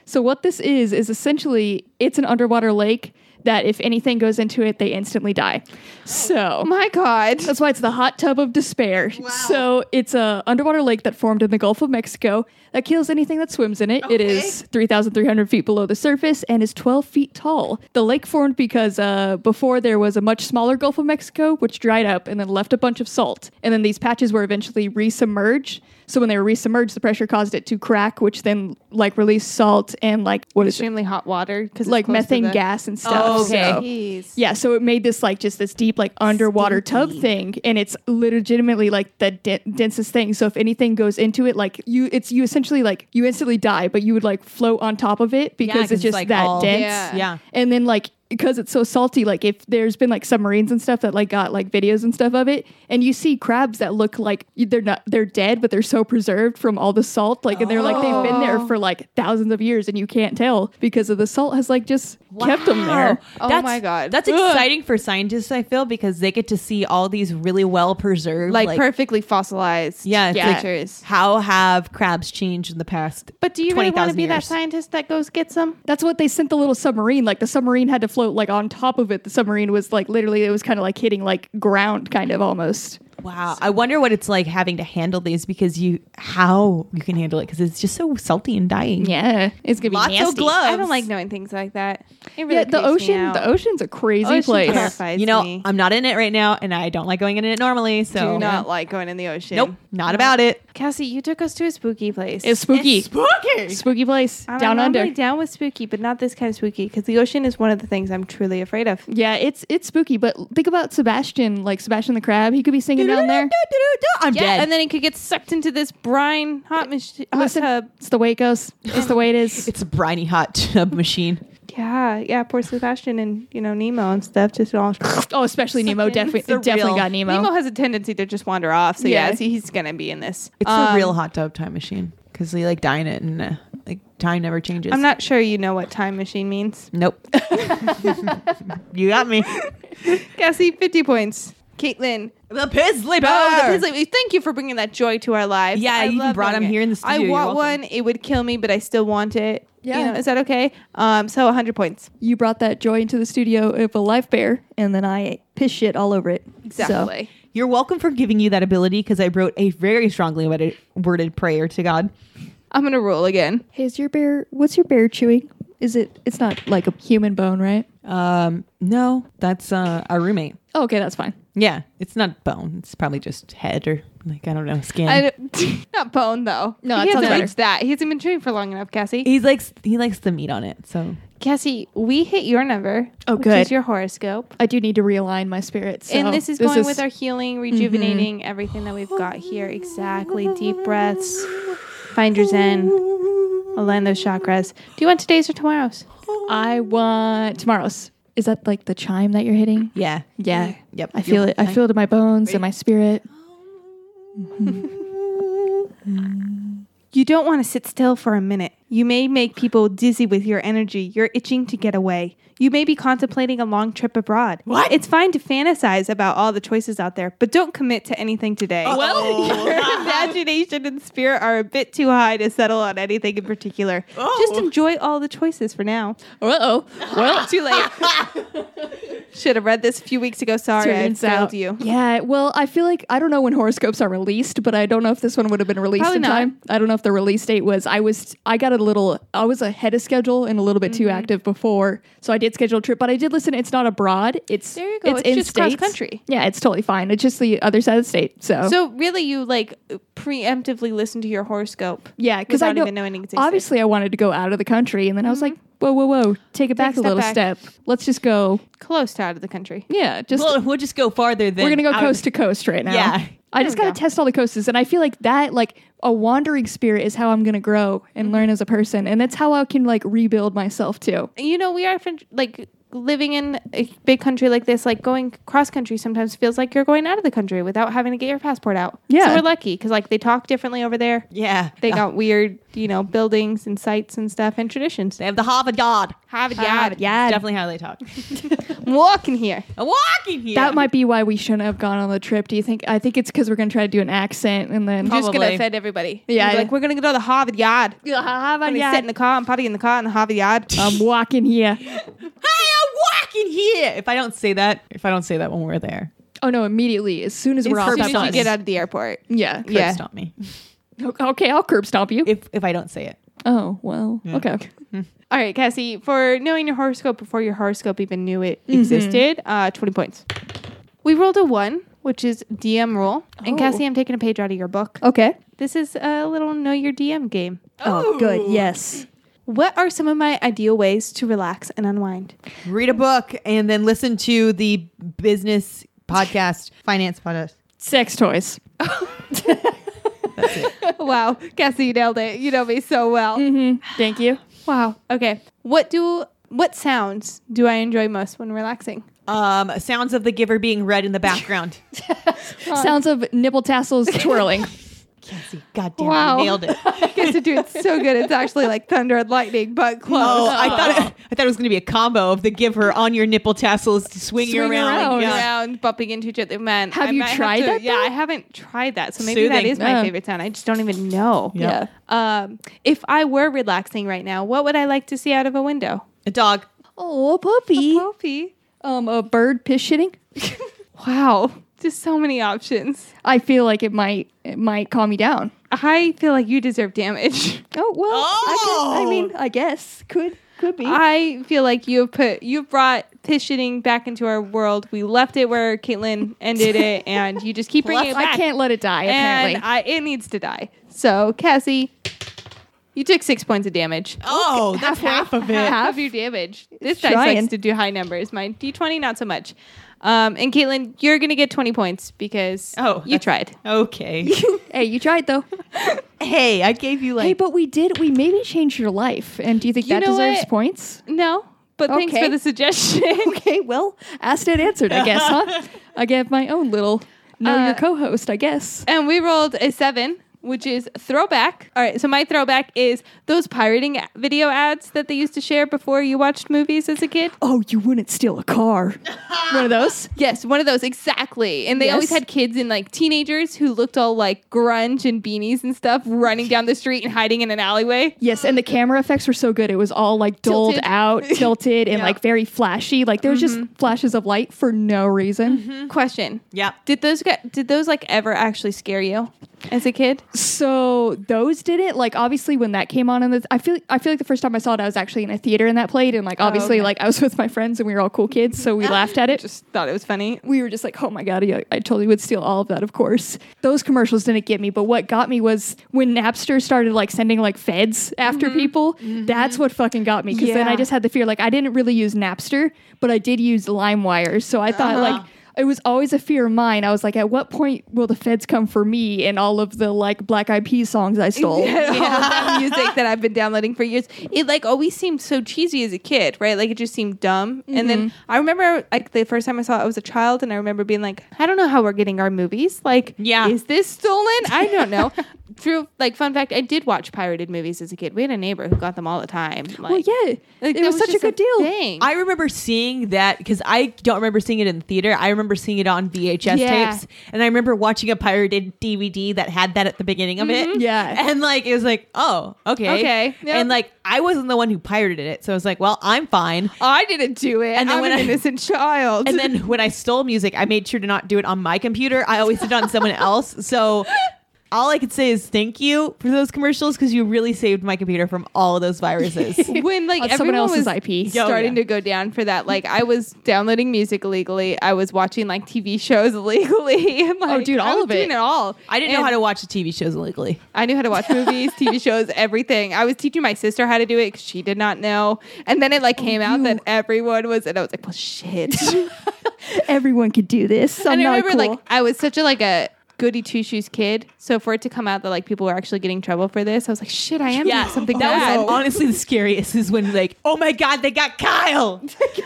Speaker 3: So what this is is essentially it's an underwater lake that if anything goes into it, they instantly die. So
Speaker 1: My God.
Speaker 3: that's why it's the hot tub of despair. So it's a underwater lake that formed in the Gulf of Mexico that kills anything that swims in it. It is 3,300 feet below the surface and is 12 feet tall. The lake formed because uh, before there was a much smaller Gulf of Mexico, which dried up and then left a bunch of salt. And then these patches were eventually resubmerged. So when they were resubmerged, the pressure caused it to crack, which then like released salt and like what is it?
Speaker 1: Extremely hot water because
Speaker 3: Like methane gas and stuff.
Speaker 2: Oh, okay.
Speaker 3: So- yeah, so it made this like just this deep like underwater tub thing, and it's legitimately like the de- densest thing. So if anything goes into it, like you, it's you essentially like you instantly die, but you would like float on top of it because
Speaker 2: 'cause
Speaker 3: it's
Speaker 2: it's,
Speaker 3: just
Speaker 2: like,
Speaker 3: that
Speaker 2: all-
Speaker 3: dense.
Speaker 1: Yeah.
Speaker 2: Yeah.
Speaker 3: And then like because it's so salty, like if there's been like submarines and stuff that like got like videos and stuff of it, and you see crabs that look like they're not they're dead, but they're so preserved from all the salt, like and they're like they've been there
Speaker 1: Oh.
Speaker 3: for like thousands of years, and you can't tell because of the salt has like just kept them there.
Speaker 1: Oh my God.
Speaker 2: That's
Speaker 1: Ugh.
Speaker 2: exciting for scientists, I feel, because they get to see all these really well preserved
Speaker 1: Like, perfectly fossilized
Speaker 2: Yeah, it's
Speaker 3: like-
Speaker 1: creatures.
Speaker 2: how have crabs changed in the past
Speaker 1: But do you really want to
Speaker 2: 20,000
Speaker 1: be that
Speaker 2: years?
Speaker 1: scientist that goes get some?
Speaker 3: That's what they sent the little submarine. Like the submarine had to float like on top of it. The submarine was like literally it was kind of like hitting like ground kind of almost.
Speaker 2: Wow. I wonder what it's like having to handle these because you how you can handle it because it's just so salty and dying.
Speaker 3: Yeah, it's gonna be
Speaker 2: Lots of
Speaker 3: nasty.
Speaker 2: gloves.
Speaker 1: I don't like knowing things like that. It really
Speaker 3: Yeah, the
Speaker 1: creeps me
Speaker 3: ocean.
Speaker 1: out.
Speaker 3: The ocean's a crazy
Speaker 1: Ocean
Speaker 3: place.
Speaker 1: terrifies-
Speaker 2: You know,
Speaker 1: me.
Speaker 2: I'm not in it right now and I don't like going in it normally. So
Speaker 1: Do not like going in the ocean.
Speaker 2: Nope. Not about it.
Speaker 1: Cassie, you took us to a spooky place.
Speaker 3: It's spooky.
Speaker 2: spooky.
Speaker 3: spooky place
Speaker 1: I'm
Speaker 3: down
Speaker 1: I'm
Speaker 3: under.
Speaker 1: normally down with spooky, but not this kind of spooky because the ocean is one of the things I'm truly afraid of.
Speaker 3: yeah, it's it's spooky. But think about Sebastian, like Sebastian the crab. He could be singing down there.
Speaker 2: I'm
Speaker 1: Yeah,
Speaker 2: dead.
Speaker 1: and then it could get sucked into this brine hot, mach- hot tub.
Speaker 3: Listen, it's the way it goes. It's the way it is.
Speaker 2: it's a briny hot tub machine.
Speaker 1: Yeah, yeah, poor Sebastian and you know Nemo and stuff. Just all
Speaker 3: oh, especially Nemo.
Speaker 1: Sucking.
Speaker 3: Definitely,
Speaker 1: It's a
Speaker 3: definitely
Speaker 2: real-
Speaker 3: got Nemo.
Speaker 1: Nemo has a tendency to just wander off. So yeah,
Speaker 3: Yeah.
Speaker 1: see, he's gonna be in this.
Speaker 2: It's
Speaker 1: Um,
Speaker 2: a real hot tub time machine because they like die in it and uh, like time never changes.
Speaker 1: I'm not sure you know what time machine means.
Speaker 2: Nope. you got me.
Speaker 1: Cassie, fifty points. Caitlin,
Speaker 2: The Pizzly
Speaker 1: Oh, the
Speaker 2: Bar.
Speaker 1: pizza. we Thank you for bringing that joy to our lives.
Speaker 2: Yeah, you even
Speaker 1: love
Speaker 2: brought
Speaker 1: knowing
Speaker 2: them here in the
Speaker 1: I
Speaker 2: studio. You're
Speaker 1: want
Speaker 2: welcome.
Speaker 1: one. It would kill me, but I still want it. Yeah.
Speaker 3: Yeah.
Speaker 1: is that okay? Um, so 100 points.
Speaker 3: you brought that joy into the studio of a life bear, and then I piss shit all over it.
Speaker 1: Exactly.
Speaker 2: You're welcome for giving you that ability because I wrote a very strongly worded, worded prayer to God.
Speaker 1: I'm going to roll again.
Speaker 3: hey, is your bear? What's your bear chewing? Is it? It's not like a human bone, right?
Speaker 2: Um, no, that's uh, our roommate.
Speaker 3: Oh, okay, that's fine.
Speaker 2: Yeah, it's not bone. It's probably just head or like I don't know skin.
Speaker 1: I don't- not bone, though.
Speaker 3: No,
Speaker 1: he
Speaker 3: that sounds
Speaker 1: hasn't
Speaker 3: better.
Speaker 1: reached that. He hasn't been chewing for long enough, Cassie.
Speaker 2: he likes he likes the meat on it. So
Speaker 1: Cassie, we hit your number.
Speaker 3: Oh,
Speaker 1: which
Speaker 3: good.
Speaker 1: is your horoscope.
Speaker 3: I do need to realign my spirits.
Speaker 1: and this is going with our healing, rejuvenating, everything that we've got here. Exactly. Deep breaths. Find your zen. Align those chakras. Do you want today's or tomorrow's?
Speaker 3: I want tomorrow's. Is that like the chime that you're hitting?
Speaker 2: yeah,
Speaker 3: Yeah.
Speaker 2: Yep.
Speaker 3: I feel it. I feel it in my bones and my spirit.
Speaker 1: You don't want to sit still for a minute. You may make people dizzy with your energy. You're itching to get away. You may be contemplating a long trip abroad.
Speaker 2: What?
Speaker 1: It's fine to fantasize about all the choices out there, but don't commit to anything today.
Speaker 2: Well-
Speaker 1: your imagination and spirit are a bit too high to settle on anything in particular. Just enjoy all the choices for now.
Speaker 3: Uh oh. Well,
Speaker 1: Too late. Should have read this a few weeks ago. Sorry, I
Speaker 3: turns
Speaker 1: failed
Speaker 3: out.
Speaker 1: you.
Speaker 3: Yeah. Well, I feel like I don't know when horoscopes are released, but I don't know if this one would have been released
Speaker 1: Probably
Speaker 3: in
Speaker 1: not.
Speaker 3: time. I don't know if the release date was. I was. I got a little. I was ahead of schedule and a little bit too
Speaker 1: Mm-hmm.
Speaker 3: active before, so I did schedule a trip. But I did listen. It's not abroad. It's
Speaker 1: There you go.
Speaker 3: It's,
Speaker 1: It's
Speaker 3: in
Speaker 1: just
Speaker 3: states.
Speaker 1: cross-country.
Speaker 3: Yeah, it's totally fine. It's just the other side of the state. So.
Speaker 1: So really, you like preemptively listen to your horoscope.
Speaker 3: yeah, because I
Speaker 1: without
Speaker 3: know,
Speaker 1: even knowing it existed.
Speaker 3: obviously I wanted to go out of the country, and then I was like, whoa, whoa, whoa, take it back
Speaker 1: Mm-hmm. step
Speaker 3: a little
Speaker 1: back.
Speaker 3: step. Let's just go.
Speaker 1: Close to out of the country.
Speaker 3: Yeah, just
Speaker 2: Well, we'll just go farther. Than
Speaker 3: We're gonna go
Speaker 2: out-
Speaker 3: coast to coast right now.
Speaker 2: Yeah.
Speaker 3: I just gotta test all the coasts, and I feel like that, like a wandering spirit, is how I'm gonna grow
Speaker 2: Mm-hmm.
Speaker 3: and learn as a person, and that's how I can like rebuild myself too.
Speaker 1: you know, we are fin- like living in a big country like this, like going cross country sometimes feels like you're going out of the country without having to get your passport out.
Speaker 3: Yeah.
Speaker 1: So we're lucky because like they talk differently over there.
Speaker 2: Yeah,
Speaker 1: They got weird, you know, buildings and sites and stuff and traditions.
Speaker 2: They have the Harvard God.
Speaker 1: Have a yard.
Speaker 2: Yeah, definitely how they talk.
Speaker 1: I'm walking here.
Speaker 2: I'm walking here.
Speaker 3: That might be why we shouldn't have gone on the trip. Do you think? I think it's because we're gonna try to do an accent, and then
Speaker 1: I'm just going to
Speaker 2: Probably.
Speaker 1: offend everybody.
Speaker 3: Yeah.
Speaker 1: Like, we're going to go to the Harvard Yard.
Speaker 3: Yeah,
Speaker 1: I'm going to sit in the car and potty in the car in the Harvard Yard.
Speaker 3: I'm walking here.
Speaker 2: Hey, fucking here. If I don't say that, if I don't say that when we're there,
Speaker 3: Oh no! Immediately, as soon as we're
Speaker 2: It's
Speaker 3: off,
Speaker 2: curb
Speaker 1: soon as you
Speaker 2: stomping.
Speaker 1: get out of the airport.
Speaker 3: yeah.
Speaker 2: curb
Speaker 1: Yeah.
Speaker 2: stomp me.
Speaker 3: Okay, I'll curb stomp you.
Speaker 2: If if I don't say it,
Speaker 3: oh well. Okay.
Speaker 1: All right, Cassie, for knowing your horoscope before your horoscope even knew it existed, uh, 20 points. We rolled a one, which is DM roll. And
Speaker 3: Oh.
Speaker 1: Cassie, I'm taking a page out of your book.
Speaker 4: Okay.
Speaker 1: This is a little know your DM game.
Speaker 4: Oh, good. Yes.
Speaker 1: What are some of my ideal ways to relax and unwind?
Speaker 2: read a book and then listen to the business podcast, finance podcast.
Speaker 3: Sex toys.
Speaker 1: wow, Cassie, you nailed it. You know me so well.
Speaker 3: Mm-hmm. Thank you.
Speaker 1: Wow. Okay. What do what sounds do I enjoy most when relaxing?
Speaker 2: Um, sounds of the giver being read in the background.
Speaker 3: Sounds of nipple tassels twirling.
Speaker 2: Cassie, goddamn,
Speaker 1: Wow.
Speaker 2: you nailed it.
Speaker 1: You guys are doing so good. It's actually like thunder and lightning, but close.
Speaker 2: Oh, I thought it, I thought it was going to be a combo of the giver on your nipple tassels to swing, you
Speaker 3: Swing
Speaker 2: around.
Speaker 3: around.
Speaker 2: Yeah.
Speaker 1: around bumping Oh, into each other. Man,
Speaker 3: Have
Speaker 1: I
Speaker 3: you
Speaker 1: might
Speaker 3: tried
Speaker 1: to-
Speaker 3: that,
Speaker 1: Yeah,
Speaker 3: though?
Speaker 1: I haven't tried that, so maybe that
Speaker 2: Soothing.
Speaker 1: is my
Speaker 3: Yeah.
Speaker 1: favorite sound. I just don't even know.
Speaker 2: Yeah.
Speaker 1: Um, if I were relaxing right now, what would I like to see out of a window?
Speaker 2: A dog.
Speaker 3: oh, a puppy.
Speaker 1: Poppy.
Speaker 3: Um, a bird piss shitting.
Speaker 1: Wow, just so many options.
Speaker 3: I feel like it might it might calm me down.
Speaker 1: I feel like you deserve damage.
Speaker 4: Oh well. I, guess,
Speaker 2: Oh!
Speaker 4: I mean, I guess could could be.
Speaker 1: I feel like you have put you have brought piss shitting back into our world. We left it where Caitlin ended it, and you just keep bringing it back.
Speaker 3: I can't let it die. Apparently,
Speaker 1: and I, it needs to die. So Cassie, you took six points of damage.
Speaker 2: Oh, that's half of it.
Speaker 1: Half of your damage. This dice
Speaker 4: Trying.
Speaker 1: likes to do high numbers. My d20, not so much. Um, and Caitlin, you're gonna get 20 points because
Speaker 2: Oh,
Speaker 1: you
Speaker 2: that's-
Speaker 1: tried.
Speaker 2: Okay.
Speaker 3: hey, you tried though.
Speaker 2: hey, I gave you like
Speaker 3: hey, but we did. We maybe changed your life. And do you think
Speaker 1: You
Speaker 3: that
Speaker 1: know
Speaker 3: deserves
Speaker 1: what?
Speaker 3: points?
Speaker 1: No, but thanks
Speaker 4: Okay.
Speaker 1: for the suggestion.
Speaker 4: okay. Well.
Speaker 3: Asked and answered. I guess, huh? I gave my own little know
Speaker 1: Uh,
Speaker 3: your co-host. I guess.
Speaker 1: and we rolled a seven. Which is throwback. All right, so my throwback is those pirating video ads that they used to share before you watched movies as a kid.
Speaker 3: Oh, you wouldn't steal a car. One of those.
Speaker 1: Yes, one of those exactly. And they always
Speaker 3: Yes.
Speaker 1: had kids and like teenagers who looked all like grunge and beanies and stuff, running down the street and hiding in an alleyway.
Speaker 3: Yes, and the camera effects were so good. It was all like doled
Speaker 1: Tilted. Mm-hmm.
Speaker 3: out, tilted, and
Speaker 2: Yeah.
Speaker 3: like very flashy. Like there was just flashes of light for no reason.
Speaker 1: Question:
Speaker 2: yeah.
Speaker 1: Did those get, did those like ever actually scare you as a kid?
Speaker 3: So those did it. Like obviously when that came on in the I feel I feel like the first time I saw it, I was actually in a theater and that played, and like obviously
Speaker 1: Oh, okay.
Speaker 3: like I was with my friends and we were all cool kids, so we laughed at it.
Speaker 1: Just thought it was funny.
Speaker 3: we were just like, oh my god, yeah, I totally would steal all of that. Of course, those commercials didn't get me, but what got me was when Napster started like sending like feds after people. That's what fucking got me because then
Speaker 1: Mm-hmm. Yeah.
Speaker 3: I just had the fear. Like I didn't really use Napster, but I did use LimeWire, so I thought like.
Speaker 1: Uh-huh.
Speaker 3: It was always a fear of mine. I was like, at what point will the feds come for me and all of the like Black Eyed Peas songs I stole?
Speaker 1: Yeah, all that music that I've been downloading for years. It like always seemed so cheesy as a kid, right? Like it just seemed dumb. And then I remember like the first time I saw it, I was a child, and I remember being like, I don't know how we're getting our movies. Like,
Speaker 2: Yeah.
Speaker 1: is this stolen? I don't know. Through like fun fact, I did watch pirated movies as a kid. We had a neighbor who got them all the time. Like,
Speaker 3: well, yeah,
Speaker 1: like, that
Speaker 3: it was, such a
Speaker 1: just
Speaker 3: good deal.
Speaker 1: Thing.
Speaker 2: I remember seeing that because I don't remember seeing it in theater. I remember seeing it on VHS
Speaker 1: Yeah.
Speaker 2: tapes, and I remember watching a pirated DVD that had that at the beginning of it.
Speaker 3: Yeah.
Speaker 2: and like it was like, oh, okay,
Speaker 1: Mm-hmm. Okay. Yep.
Speaker 2: and like I wasn't the one who pirated it, so I was like, well, I'm fine.
Speaker 1: I didn't do it.
Speaker 2: And then
Speaker 1: I'm
Speaker 2: when
Speaker 1: an
Speaker 2: I-
Speaker 1: innocent child.
Speaker 2: And then when I stole music, I made sure to not do it on my computer. I always did it on someone else. So all I could say is thank you for those commercials because you really saved my computer from all of those viruses.
Speaker 1: when like
Speaker 3: On
Speaker 1: everyone
Speaker 3: someone else's
Speaker 1: was
Speaker 3: IP.
Speaker 2: Oh,
Speaker 1: starting
Speaker 2: yeah.
Speaker 1: to go down for that, like I was downloading music illegally. I was watching like TV shows illegally. and, like,
Speaker 3: Oh, dude,
Speaker 1: I
Speaker 3: all
Speaker 1: was
Speaker 3: of it.
Speaker 1: Doing it all.
Speaker 2: I didn't know how to watch the TV shows illegally.
Speaker 1: I knew how to watch movies, TV shows, everything. I was teaching my sister how to do it because she did not know. And then it
Speaker 3: Oh,
Speaker 1: like came out that everyone was, and I was like, well, shit.
Speaker 4: Everyone could do this. I'm
Speaker 1: and I
Speaker 4: not
Speaker 1: remember
Speaker 4: cool.
Speaker 1: like I was such a like a goody two shoes kid. So for it to come out that like people were actually getting in trouble for this, I was like, shit, I am doing something
Speaker 2: that
Speaker 1: bad.
Speaker 2: was honestly the scariest is when like, oh my god, they got Kyle.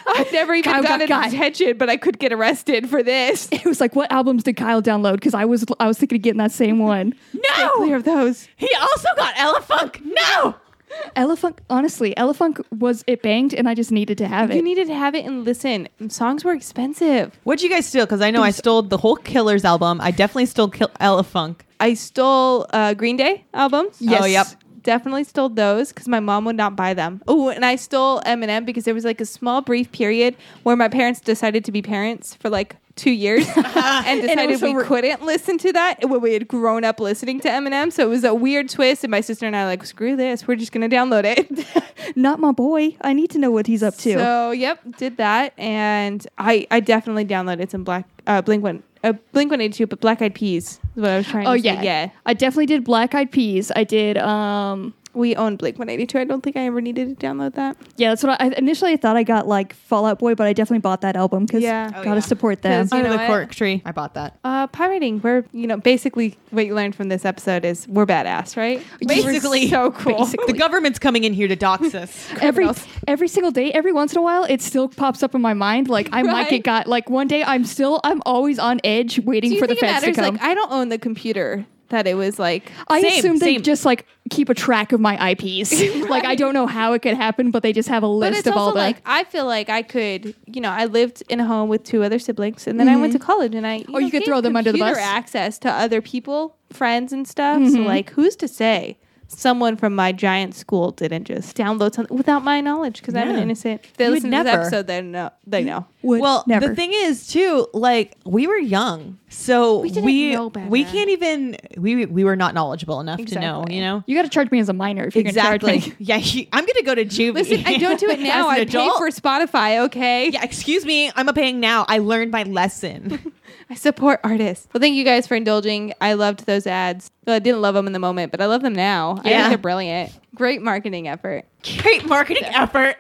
Speaker 1: I've never even
Speaker 3: Kyle
Speaker 1: gotten
Speaker 3: got guy.
Speaker 1: attention, but I could get arrested for this.
Speaker 3: It was like, what albums did Kyle download? Because I was I was thinking of getting that same one.
Speaker 1: Stay clear
Speaker 2: no,
Speaker 1: of those.
Speaker 2: he also got Ella Funk. No,
Speaker 3: Elephant, honestly, Elephant was it banged, and I just needed to have
Speaker 1: You
Speaker 3: it.
Speaker 1: needed to have it and listen. Songs were expensive.
Speaker 2: what'd you guys steal? Because I know I stole the whole Killers album. I definitely stole Kill- Ella Funk.
Speaker 1: I stole uh, Green Day albums.
Speaker 2: Yes. Oh, yep.
Speaker 1: definitely stole those because my mom would not buy them. Oh, and I stole M and m because there was like a small brief period where my parents decided to be parents for like two years and decided
Speaker 3: was so
Speaker 1: we
Speaker 3: re-
Speaker 1: couldn't listen to that when we had grown up listening to Eminem. So it was a weird twist. And my sister and I were like, screw this. We're just going to download it.
Speaker 4: Not my boy. I need to know what he's up to.
Speaker 1: So yep, did that, and I I definitely downloaded some black uh, Blink one uh, Blink one eighty two, but Black Eyed Peas is what I was trying.
Speaker 3: Oh
Speaker 1: to
Speaker 3: yeah,
Speaker 1: say. yeah.
Speaker 3: I definitely did Black Eyed Peas. I did. um
Speaker 1: We own Blink one eighty two. I don't think I ever needed to download that.
Speaker 3: Yeah, that's what I.
Speaker 4: I initially I thought I got like Fallout Boy, but I definitely bought that album because
Speaker 1: Yeah.
Speaker 2: Oh,
Speaker 4: gotta
Speaker 2: yeah.
Speaker 4: support them.
Speaker 1: 'Cause you
Speaker 2: Under
Speaker 1: know
Speaker 2: the
Speaker 1: what?
Speaker 2: cork tree. I bought that.
Speaker 1: Uh, pirating. We're you know basically what you learned from this episode is we're badass, right?
Speaker 2: Basically.
Speaker 1: We're so cool.
Speaker 2: The government's coming in here to dox us.
Speaker 3: Every
Speaker 1: criminals.
Speaker 3: every single day, every once in a while, it still pops up in my mind. Like I might
Speaker 1: Right.
Speaker 3: get got. Like one day, I'm still. I'm always on edge, waiting
Speaker 1: Do you
Speaker 3: for the
Speaker 1: think it
Speaker 3: feds to
Speaker 1: matters?
Speaker 3: come. Oh,
Speaker 1: Like I don't own the computer. That it was like
Speaker 3: I
Speaker 2: Same,
Speaker 3: assume they
Speaker 2: same.
Speaker 3: just like keep a track of my IPs. Like I don't know how it could happen, but they just have a
Speaker 1: But
Speaker 3: list
Speaker 1: it's
Speaker 3: of
Speaker 1: also
Speaker 3: all the.
Speaker 1: like I feel like I could, you know, I lived in a home with two other siblings, and then I went to college, and I you
Speaker 3: Mm-hmm. Or you
Speaker 1: know,
Speaker 3: could
Speaker 1: gave
Speaker 3: throw them under the
Speaker 1: computer
Speaker 3: bus. Mm-hmm.
Speaker 1: Access to other people, friends, and stuff. So like, who's to say someone from my giant school didn't just download something without my knowledge? Because I'm an
Speaker 2: Yeah.
Speaker 1: innocent. If they
Speaker 2: You would
Speaker 1: listen to this
Speaker 2: never.
Speaker 1: episode, they know. They know.
Speaker 4: Would
Speaker 2: well,
Speaker 4: never.
Speaker 2: the thing is too, like we were young, so we
Speaker 1: didn't
Speaker 2: we,
Speaker 1: know better.
Speaker 2: can't even we we were not knowledgeable enough to know.
Speaker 1: Exactly.
Speaker 2: You know
Speaker 3: you got to charge me as a minor if you're going to charge
Speaker 2: exactly.
Speaker 3: me.
Speaker 2: Yeah, he, I'm gonna go to juvie.
Speaker 1: Listen, I don't do it
Speaker 2: As
Speaker 1: now.
Speaker 2: an
Speaker 1: I
Speaker 2: adult.
Speaker 1: pay for Spotify. Okay,
Speaker 2: Yeah, excuse me. I'm a paying now. I learned my lesson.
Speaker 1: I support artists. Well, thank you guys for indulging. I loved those ads. Well, I didn't love them in the moment, but I love them now. I think
Speaker 2: Yeah.
Speaker 1: they're brilliant. Great marketing effort.
Speaker 2: Great marketing effort.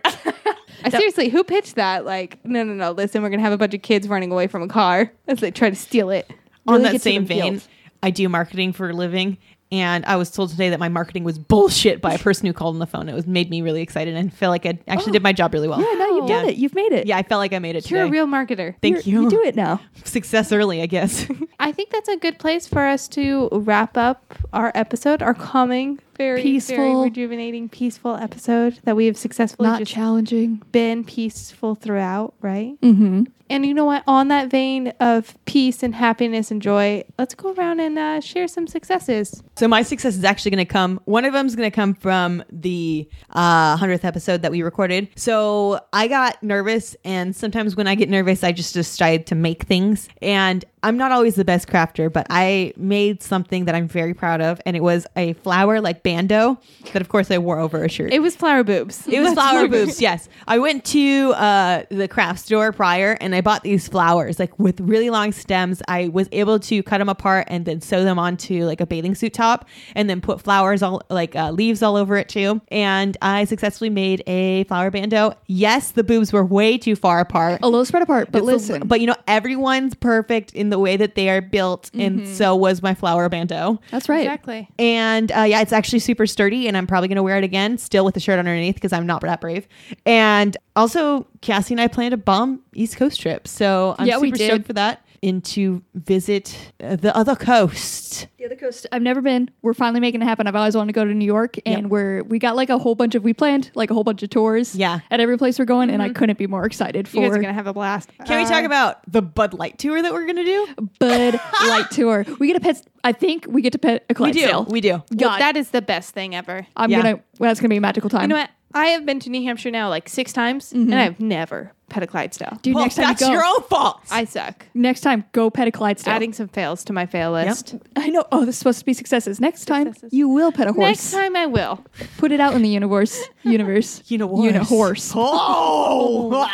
Speaker 1: I seriously, who pitched that? Like, no, no, no. Listen, we're gonna have a bunch of kids running away from a car as they try to steal it.
Speaker 2: On
Speaker 1: Really
Speaker 2: that
Speaker 1: gets to
Speaker 2: same
Speaker 1: the
Speaker 2: vein,
Speaker 1: guilt.
Speaker 2: I do marketing for a living, and I was told today that my marketing was bullshit by a person who called on the phone. It was made me really excited and feel like I
Speaker 1: Oh.
Speaker 2: actually did my job really well.
Speaker 4: yeah, no, you've done
Speaker 2: Yeah.
Speaker 4: it. You've made it.
Speaker 2: Yeah, I felt like I made it.
Speaker 1: you're a
Speaker 2: today.
Speaker 1: real marketer.
Speaker 2: Thank
Speaker 4: You're-
Speaker 2: you.
Speaker 4: You do it now.
Speaker 2: Success early, I guess.
Speaker 1: I think that's a good place for us to wrap up our episode, our calming, very peaceful,
Speaker 3: Peaceful.
Speaker 1: rejuvenating, peaceful episode that we have successfully
Speaker 3: Not
Speaker 1: just
Speaker 3: challenging.
Speaker 1: been peaceful throughout, right?
Speaker 3: Mm-hmm.
Speaker 1: And you know what? On that vein of peace and happiness and joy, let's go around and uh, share some successes.
Speaker 2: So my success is actually going to come. One of them is going to come from the uh, hundredth episode that we recorded. So I got nervous, and sometimes when I get nervous, I just decide to make things. And I'm not always the best crafter, but I made something that I'm very proud of, and it was a flower like bando that, of course, I wore over a shirt.
Speaker 1: It was flower boobs.
Speaker 2: It was flower boobs. Yes, I went to uh, the craft store prior, and I bought these flowers, like with really long stems. I was able to cut them apart and then sew them onto like a bathing suit top, and then put flowers all like uh, leaves all over it too. And I successfully made a flower bandeau. Yes, the boobs were way too far apart.
Speaker 3: A little spread apart, but
Speaker 2: It's a-
Speaker 3: Oh, listen.
Speaker 2: but you know everyone's perfect in the way that they are built, and so was my flower bandeau.
Speaker 3: that's right.
Speaker 1: Exactly.
Speaker 2: And uh, yeah, it's actually super sturdy, and I'm probably gonna wear it again, still with the shirt underneath because I'm not that brave. And also, Cassie and I planned a bomb East Coast trip, so I'm
Speaker 3: Yeah, we
Speaker 2: super
Speaker 3: did.
Speaker 2: stoked for that. And to visit uh, the other coast.
Speaker 3: The other coast. I've never been. We're finally making it happen. I've always wanted to go to New York, and we're we got like a whole bunch of we planned like a whole bunch of tours.
Speaker 2: Yeah.
Speaker 3: At every place we're going, and I couldn't be more excited
Speaker 1: You guys are
Speaker 3: for
Speaker 1: going to have a blast. Um,
Speaker 2: Can we
Speaker 3: Uh,
Speaker 2: talk about the Bud Light tour that we're gonna do?
Speaker 3: Bud Light tour. We get a pet. I think we get to pet a
Speaker 2: We
Speaker 3: Clyde
Speaker 2: do.
Speaker 3: sale.
Speaker 2: We do.
Speaker 1: Well,
Speaker 3: God,
Speaker 1: that is the best thing ever.
Speaker 3: I'm
Speaker 2: Yeah.
Speaker 3: gonna. Well, that's gonna be a magical time.
Speaker 1: You know what? I have been to New Hampshire now like six times, and I've never pet a Clydesdale.
Speaker 3: Dude,
Speaker 2: Well,
Speaker 3: next time you
Speaker 2: that's
Speaker 3: go,
Speaker 2: your own fault.
Speaker 1: I suck.
Speaker 3: next time go pet a Clydesdale.
Speaker 1: Adding some fails to my fail list.
Speaker 3: I know. Oh, this is supposed to be successes. Next time
Speaker 1: Successes.
Speaker 3: you will pet a horse.
Speaker 1: Next time I will.
Speaker 3: put it out in the universe. Universe.
Speaker 2: you know what?
Speaker 3: Uni- horse.
Speaker 2: Oh.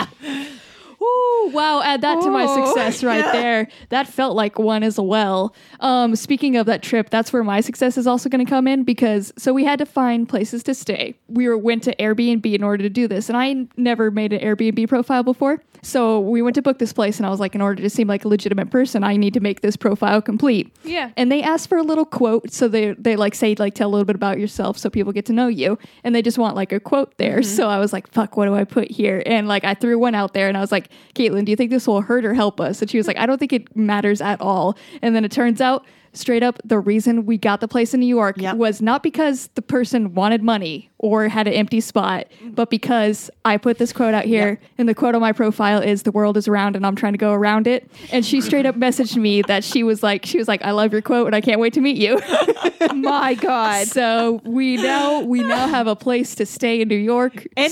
Speaker 3: Ooh, wow, add that to my
Speaker 1: Oh.
Speaker 3: success right there. That felt like one as well. Um, speaking of that trip, that's where my success is also going to come in because so we had to find places to stay. We were, went to Airbnb in order to do this, and I n- never made an Airbnb profile before. So we went to book this place, and I was like, in order to seem like a legitimate person, I need to make this profile complete.
Speaker 1: Yeah.
Speaker 3: And they asked for a little quote, so they they like say like tell a little bit about yourself so people get to know you, and they just want like a quote there. So I was like, fuck, what do I put here? And like I threw one out there, and I was like, Caitlin, do you think this will hurt or help us? And she was like, I don't think it matters at all. And then it turns out straight up the reason we got the place in New York
Speaker 2: Yep.
Speaker 3: was not because the person wanted money or had an empty spot, but because I put this quote out here and the quote on my profile is the world is round and I'm trying to go around it. And she straight up messaged me that she was like she was like I love your quote and I can't wait to meet you.
Speaker 1: My God.
Speaker 3: so we now we now have a place to stay in New York
Speaker 2: And-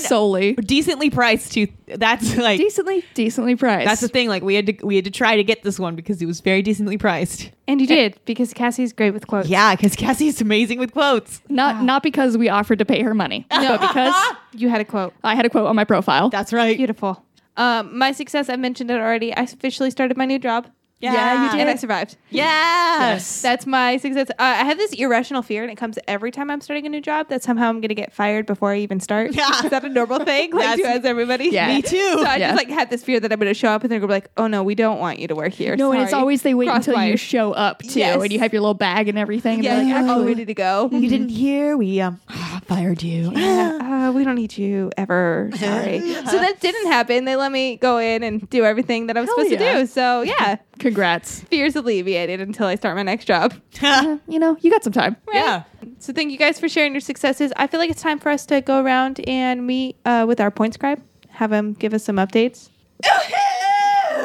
Speaker 3: solely
Speaker 2: Decently priced too. That's like
Speaker 3: decently decently priced.
Speaker 2: that's the thing. Like we had to we had to try to get this one because it was very decently priced.
Speaker 1: And you did because Cassie's great with quotes.
Speaker 2: Yeah, because Cassie's amazing with quotes.
Speaker 3: Not not because we offered to pay her money, no, but because
Speaker 1: You had a quote.
Speaker 3: I had a quote on my profile.
Speaker 2: That's right.
Speaker 1: Beautiful. Um, my success, I mentioned it already. I officially started my new job.
Speaker 2: Yeah. Yeah, you did.
Speaker 1: And I survived.
Speaker 2: Yes.
Speaker 1: Uh, That's my success. Uh, I have this irrational fear, and it comes every time I'm starting a new job that somehow I'm going to get fired before I even start.
Speaker 2: Yeah.
Speaker 1: Is that a normal thing? Like,
Speaker 2: That's-
Speaker 1: do as everybody?
Speaker 3: Yeah. Me
Speaker 2: too.
Speaker 1: So I
Speaker 3: Yeah.
Speaker 1: just like had this fear that I'm going to show up and they're going to be like, oh no, we don't want you to work here.
Speaker 3: no, and it's
Speaker 1: Sorry.
Speaker 3: always they wait until you
Speaker 1: Crosswise.
Speaker 3: show up too,
Speaker 1: Yes.
Speaker 3: and you have your little bag and everything. and
Speaker 1: yeah,
Speaker 3: they're
Speaker 1: you're
Speaker 3: like,
Speaker 1: all
Speaker 3: "Oh,
Speaker 1: ready to go.
Speaker 2: You didn't hear? We um fired you.
Speaker 1: Yeah, uh, we don't need you ever. Sorry. so that didn't happen. They let me go in and do everything that I was
Speaker 3: Hell
Speaker 1: supposed
Speaker 3: yeah.
Speaker 1: to do. So yeah,
Speaker 3: "Oh, congrats!
Speaker 1: fears alleviated until I start my next job.
Speaker 3: You know, you got some time.
Speaker 2: Yeah.
Speaker 1: So thank you guys for sharing your successes. I feel like it's time for us to go around and meet uh, with our point scribe. Have him give us some updates.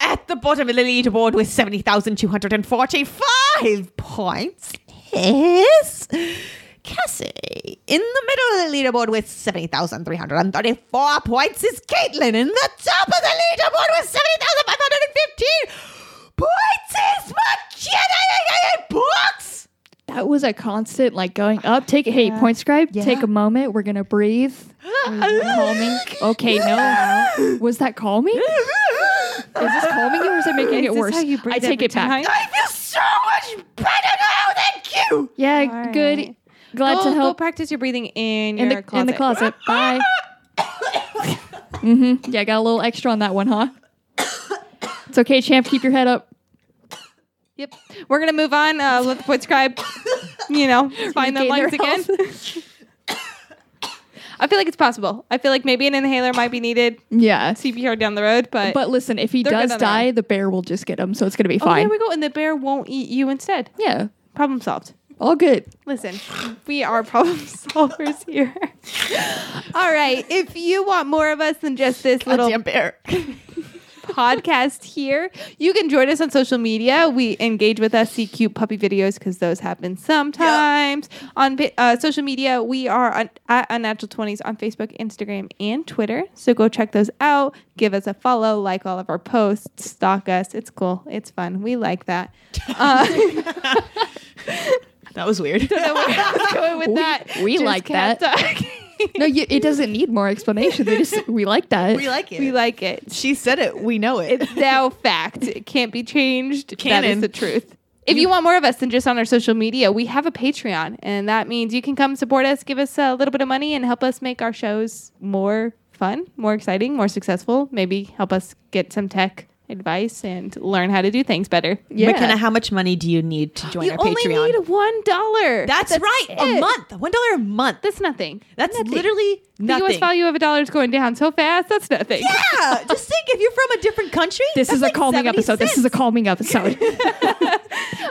Speaker 2: At the bottom of the leaderboard with 70,245 points is Cassie. In the middle of the leaderboard with 70,334 points is Caitlin. In the top of the leaderboard with 70,515 points is McKenna Books.
Speaker 3: That was a constant like going up. Take hey, point scribe. Take a moment. We're gonna breathe. calming. Okay, no. Was that calming? Is this calming or is it making it
Speaker 1: this
Speaker 3: worse?
Speaker 1: how you breathe
Speaker 3: I take
Speaker 1: every
Speaker 3: it back.
Speaker 1: time?
Speaker 2: I feel so much better now. Thank you.
Speaker 3: Yeah,
Speaker 1: All
Speaker 3: good.
Speaker 1: right.
Speaker 3: Glad
Speaker 1: go,
Speaker 3: to
Speaker 1: go
Speaker 3: help
Speaker 1: practice your breathing in,
Speaker 3: in
Speaker 1: your
Speaker 3: the
Speaker 1: closet.
Speaker 3: in the closet. Bye. hmm Yeah, got a little extra on that one, huh? It's okay, champ. Keep your head up.
Speaker 1: Yep. We're gonna move on. Uh, let the point scribe, you know, find the lungs
Speaker 3: Regain their
Speaker 1: again. I feel like it's possible. I feel like maybe an inhaler might be needed.
Speaker 3: Yeah. See,
Speaker 1: CPR down the road, but
Speaker 3: but listen, if he
Speaker 1: They're
Speaker 3: does
Speaker 1: good on
Speaker 3: die,
Speaker 1: that.
Speaker 3: the bear will just get him, so it's gonna be
Speaker 1: oh, there
Speaker 3: fine.
Speaker 1: we go. And the bear won't eat you instead.
Speaker 3: yeah,
Speaker 1: Problem solved.
Speaker 3: all good.
Speaker 1: Listen, we are problem solvers here. All right. If you want more of us than just this little
Speaker 2: Goddamn bear.
Speaker 1: podcast here. You can join us on social media. We engage with us, see cute puppy videos because those happen sometimes. On vi- uh, social media, we are on, at Unnatural 20s on Facebook, Instagram, and Twitter. So go check those out. Give us a follow, like all of our posts, stalk us. It's cool. It's fun. We like that. Uh,
Speaker 2: That was weird.
Speaker 1: don't know where I was going with
Speaker 3: We-
Speaker 1: that.
Speaker 3: we
Speaker 1: Just
Speaker 3: like
Speaker 1: cat talk.
Speaker 3: No, you, it doesn't need more explanation. They just we like that.
Speaker 2: We like it.
Speaker 1: we like it.
Speaker 2: She said it. We know it.
Speaker 1: It's now fact. It can't be changed. That
Speaker 2: Canon.
Speaker 1: is the truth. If you want more of us than just on our social media, we have a Patreon, and that means you can come support us, give us a little bit of money, and help us make our shows more fun, more exciting, more successful. Maybe help us get some tech advice and learn how to do things better.
Speaker 3: yeah.
Speaker 2: McKenna, how much money do you need to join
Speaker 1: You
Speaker 2: our
Speaker 1: only
Speaker 2: Patreon?
Speaker 1: need one dollar.
Speaker 2: that's, right. A
Speaker 1: it.
Speaker 2: month. One dollar a month.
Speaker 1: that's nothing.
Speaker 2: That's literally
Speaker 1: The U.S.
Speaker 2: nothing.
Speaker 1: value of a dollar is going down so fast. That's nothing.
Speaker 2: yeah. Just think if you're from a different country.
Speaker 3: this
Speaker 2: that's
Speaker 3: is
Speaker 2: like
Speaker 3: a calming
Speaker 2: 70
Speaker 3: episode. This is a calming episode.
Speaker 2: cents.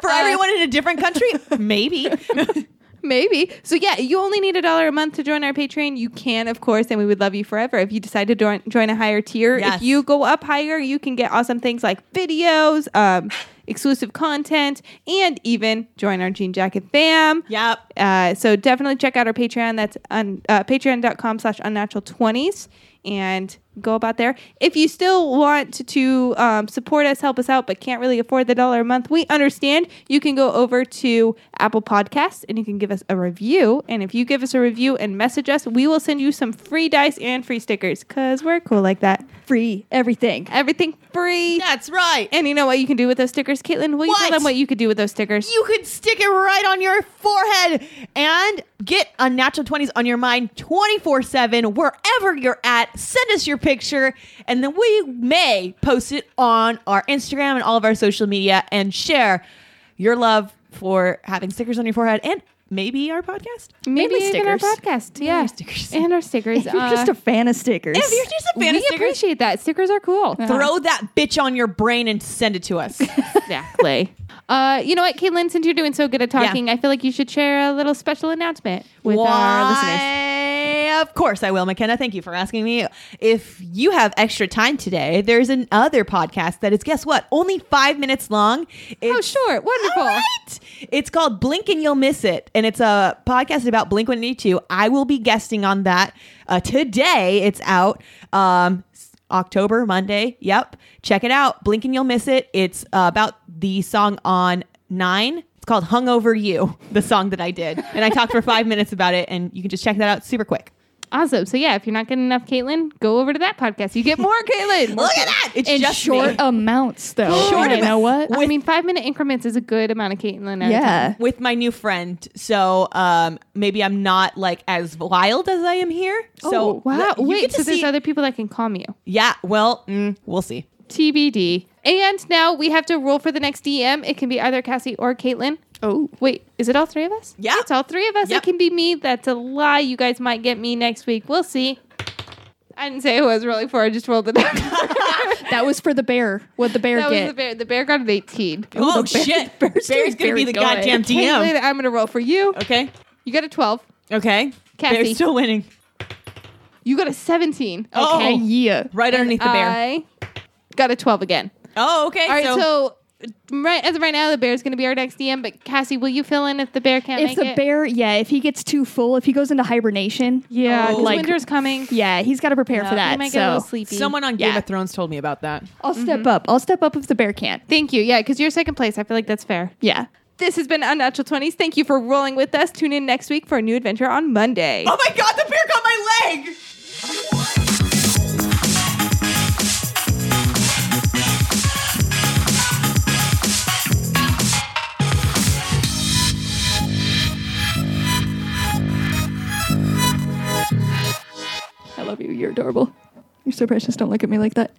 Speaker 2: for everyone in a different country. Maybe.
Speaker 1: Maybe. So yeah, you only need a dollar a month to join our Patreon. You can, of course, and we would love you forever if you decide to join join a higher tier.
Speaker 2: Yes.
Speaker 1: If you go up higher, you can get awesome things like videos, um, exclusive content, and even join our Jean Jacket fam.
Speaker 2: yep.
Speaker 1: Uh, so definitely check out our Patreon. That's un, uh, patreon.com slash unnatural 20s and go about there. If you still want to um, support us, help us out, but can't really afford the dollar a month, we understand. You can go over to Apple Podcasts and you can give us a review. And if you give us a review and message us, we will send you some free dice and free stickers because we're cool like that.
Speaker 4: Free everything.
Speaker 1: Everything free.
Speaker 2: That's right.
Speaker 1: And you know what you can do with those stickers, Caitlin? Will you
Speaker 2: What?
Speaker 1: tell them what you could do with those stickers?
Speaker 2: you could stick it right on your forehead and get unnatural 20s on your mind 24 7 wherever you're at send us your picture and then we may post it on our instagram and all of our social media and share your love for having stickers on your forehead and maybe our podcast
Speaker 1: Maybe
Speaker 3: Mainly
Speaker 1: even our
Speaker 3: stickers.
Speaker 1: podcast. Yeah.
Speaker 2: stickers.
Speaker 1: And our stickers.
Speaker 4: If you're
Speaker 1: uh,
Speaker 4: just a fan of stickers.
Speaker 2: if you're just a fan
Speaker 1: we
Speaker 2: of stickers
Speaker 1: appreciate that. Stickers are cool.
Speaker 2: throw that bitch on your brain and send it to us
Speaker 1: Exactly. Uh, you know what, Caitlin? Since you're doing so good at
Speaker 2: Yeah.
Speaker 1: talking, I feel like you should share a little special announcement with our listeners.
Speaker 2: Why, Of course, I will, McKenna. Thank you for asking me. If you have extra time today, there's another podcast that is, guess what, only five minutes long.
Speaker 1: Oh,
Speaker 2: It's-
Speaker 1: sure, wonderful.
Speaker 2: All right. It's called Blink and You'll Miss It. And it's a podcast about Blink 182. I will be guesting on that uh, today. It's out um, s- October, Monday. Yep. Check it out. Blink and You'll Miss It. It's uh, about the song on nine. It's called Hungover You, the song that I did. And I talked for five minutes about it. And you can just check that out super quick.
Speaker 1: Awesome. So yeah, if you're not getting enough, Caitlin, go over to that podcast. You get more, Caitlin.
Speaker 2: Look at that. It's
Speaker 3: in
Speaker 2: just
Speaker 3: short
Speaker 2: me.
Speaker 3: amounts, though.
Speaker 2: Short
Speaker 3: you know what?
Speaker 1: I mean, five minute increments is a good amount of Caitlin. at a time.
Speaker 3: Yeah.
Speaker 2: with my new friend. So um, maybe I'm not like as wild as I am here. So
Speaker 1: Oh, wow.
Speaker 2: you
Speaker 1: Wait,
Speaker 2: get to
Speaker 1: so there's
Speaker 2: see-
Speaker 1: other people that can calm you.
Speaker 2: Yeah, well, mm, we'll see.
Speaker 1: TBD. And now we have to roll for the next DM. It can be either Cassie or Caitlin.
Speaker 3: Oh,
Speaker 1: Wait, is it all three of us?
Speaker 2: Yeah.
Speaker 1: It's all three of us.
Speaker 2: Yep.
Speaker 1: It can be me. That's a lie. You guys might get me next week. We'll see. I didn't say who I was rolling for. I just rolled the number. that
Speaker 3: that was for the bear. What the bear
Speaker 1: was the
Speaker 3: get?
Speaker 1: bear. The bear got an 18.
Speaker 2: Oh,
Speaker 3: the bear-
Speaker 2: shit. Bear's,
Speaker 3: bear's doing
Speaker 2: going to
Speaker 3: very
Speaker 2: be the
Speaker 3: good.
Speaker 2: goddamn DM.
Speaker 1: Caitlin, I'm going to roll for you.
Speaker 2: Okay.
Speaker 1: You got a 12.
Speaker 2: Okay.
Speaker 1: Cassie.
Speaker 2: Bear's still winning.
Speaker 1: You got a 17.
Speaker 2: Oh.
Speaker 3: Okay, yeah.
Speaker 2: Right underneath the bear.
Speaker 1: I got a 12 again.
Speaker 2: oh, okay.
Speaker 1: All right,
Speaker 2: uh, so,
Speaker 1: so, right as of right now, the bear's going to be our next DM. But Cassie, will you fill in if the bear can't
Speaker 3: If
Speaker 1: make
Speaker 3: the
Speaker 1: it?
Speaker 3: bear, yeah, if he gets too full, if he goes into hibernation, oh,
Speaker 1: yeah, Uh, 'cause
Speaker 3: like-
Speaker 1: winter's coming.
Speaker 3: yeah, he's got to prepare for
Speaker 1: You
Speaker 3: that.
Speaker 1: might get a
Speaker 3: so
Speaker 1: little sleepy.
Speaker 2: someone on Game
Speaker 3: Yeah.
Speaker 2: of Thrones told me about that.
Speaker 3: I'll step up. I'll step up if the bear can't.
Speaker 1: Thank you. Yeah, because you're second place. I feel like that's fair.
Speaker 3: Yeah.
Speaker 1: This has been Unnatural 20s. Thank you for rolling with us. Tune in next week for a new adventure on Monday.
Speaker 2: Oh my god, the bear got my leg.
Speaker 3: I love you. You're adorable. You're so precious. Don't look at me like that.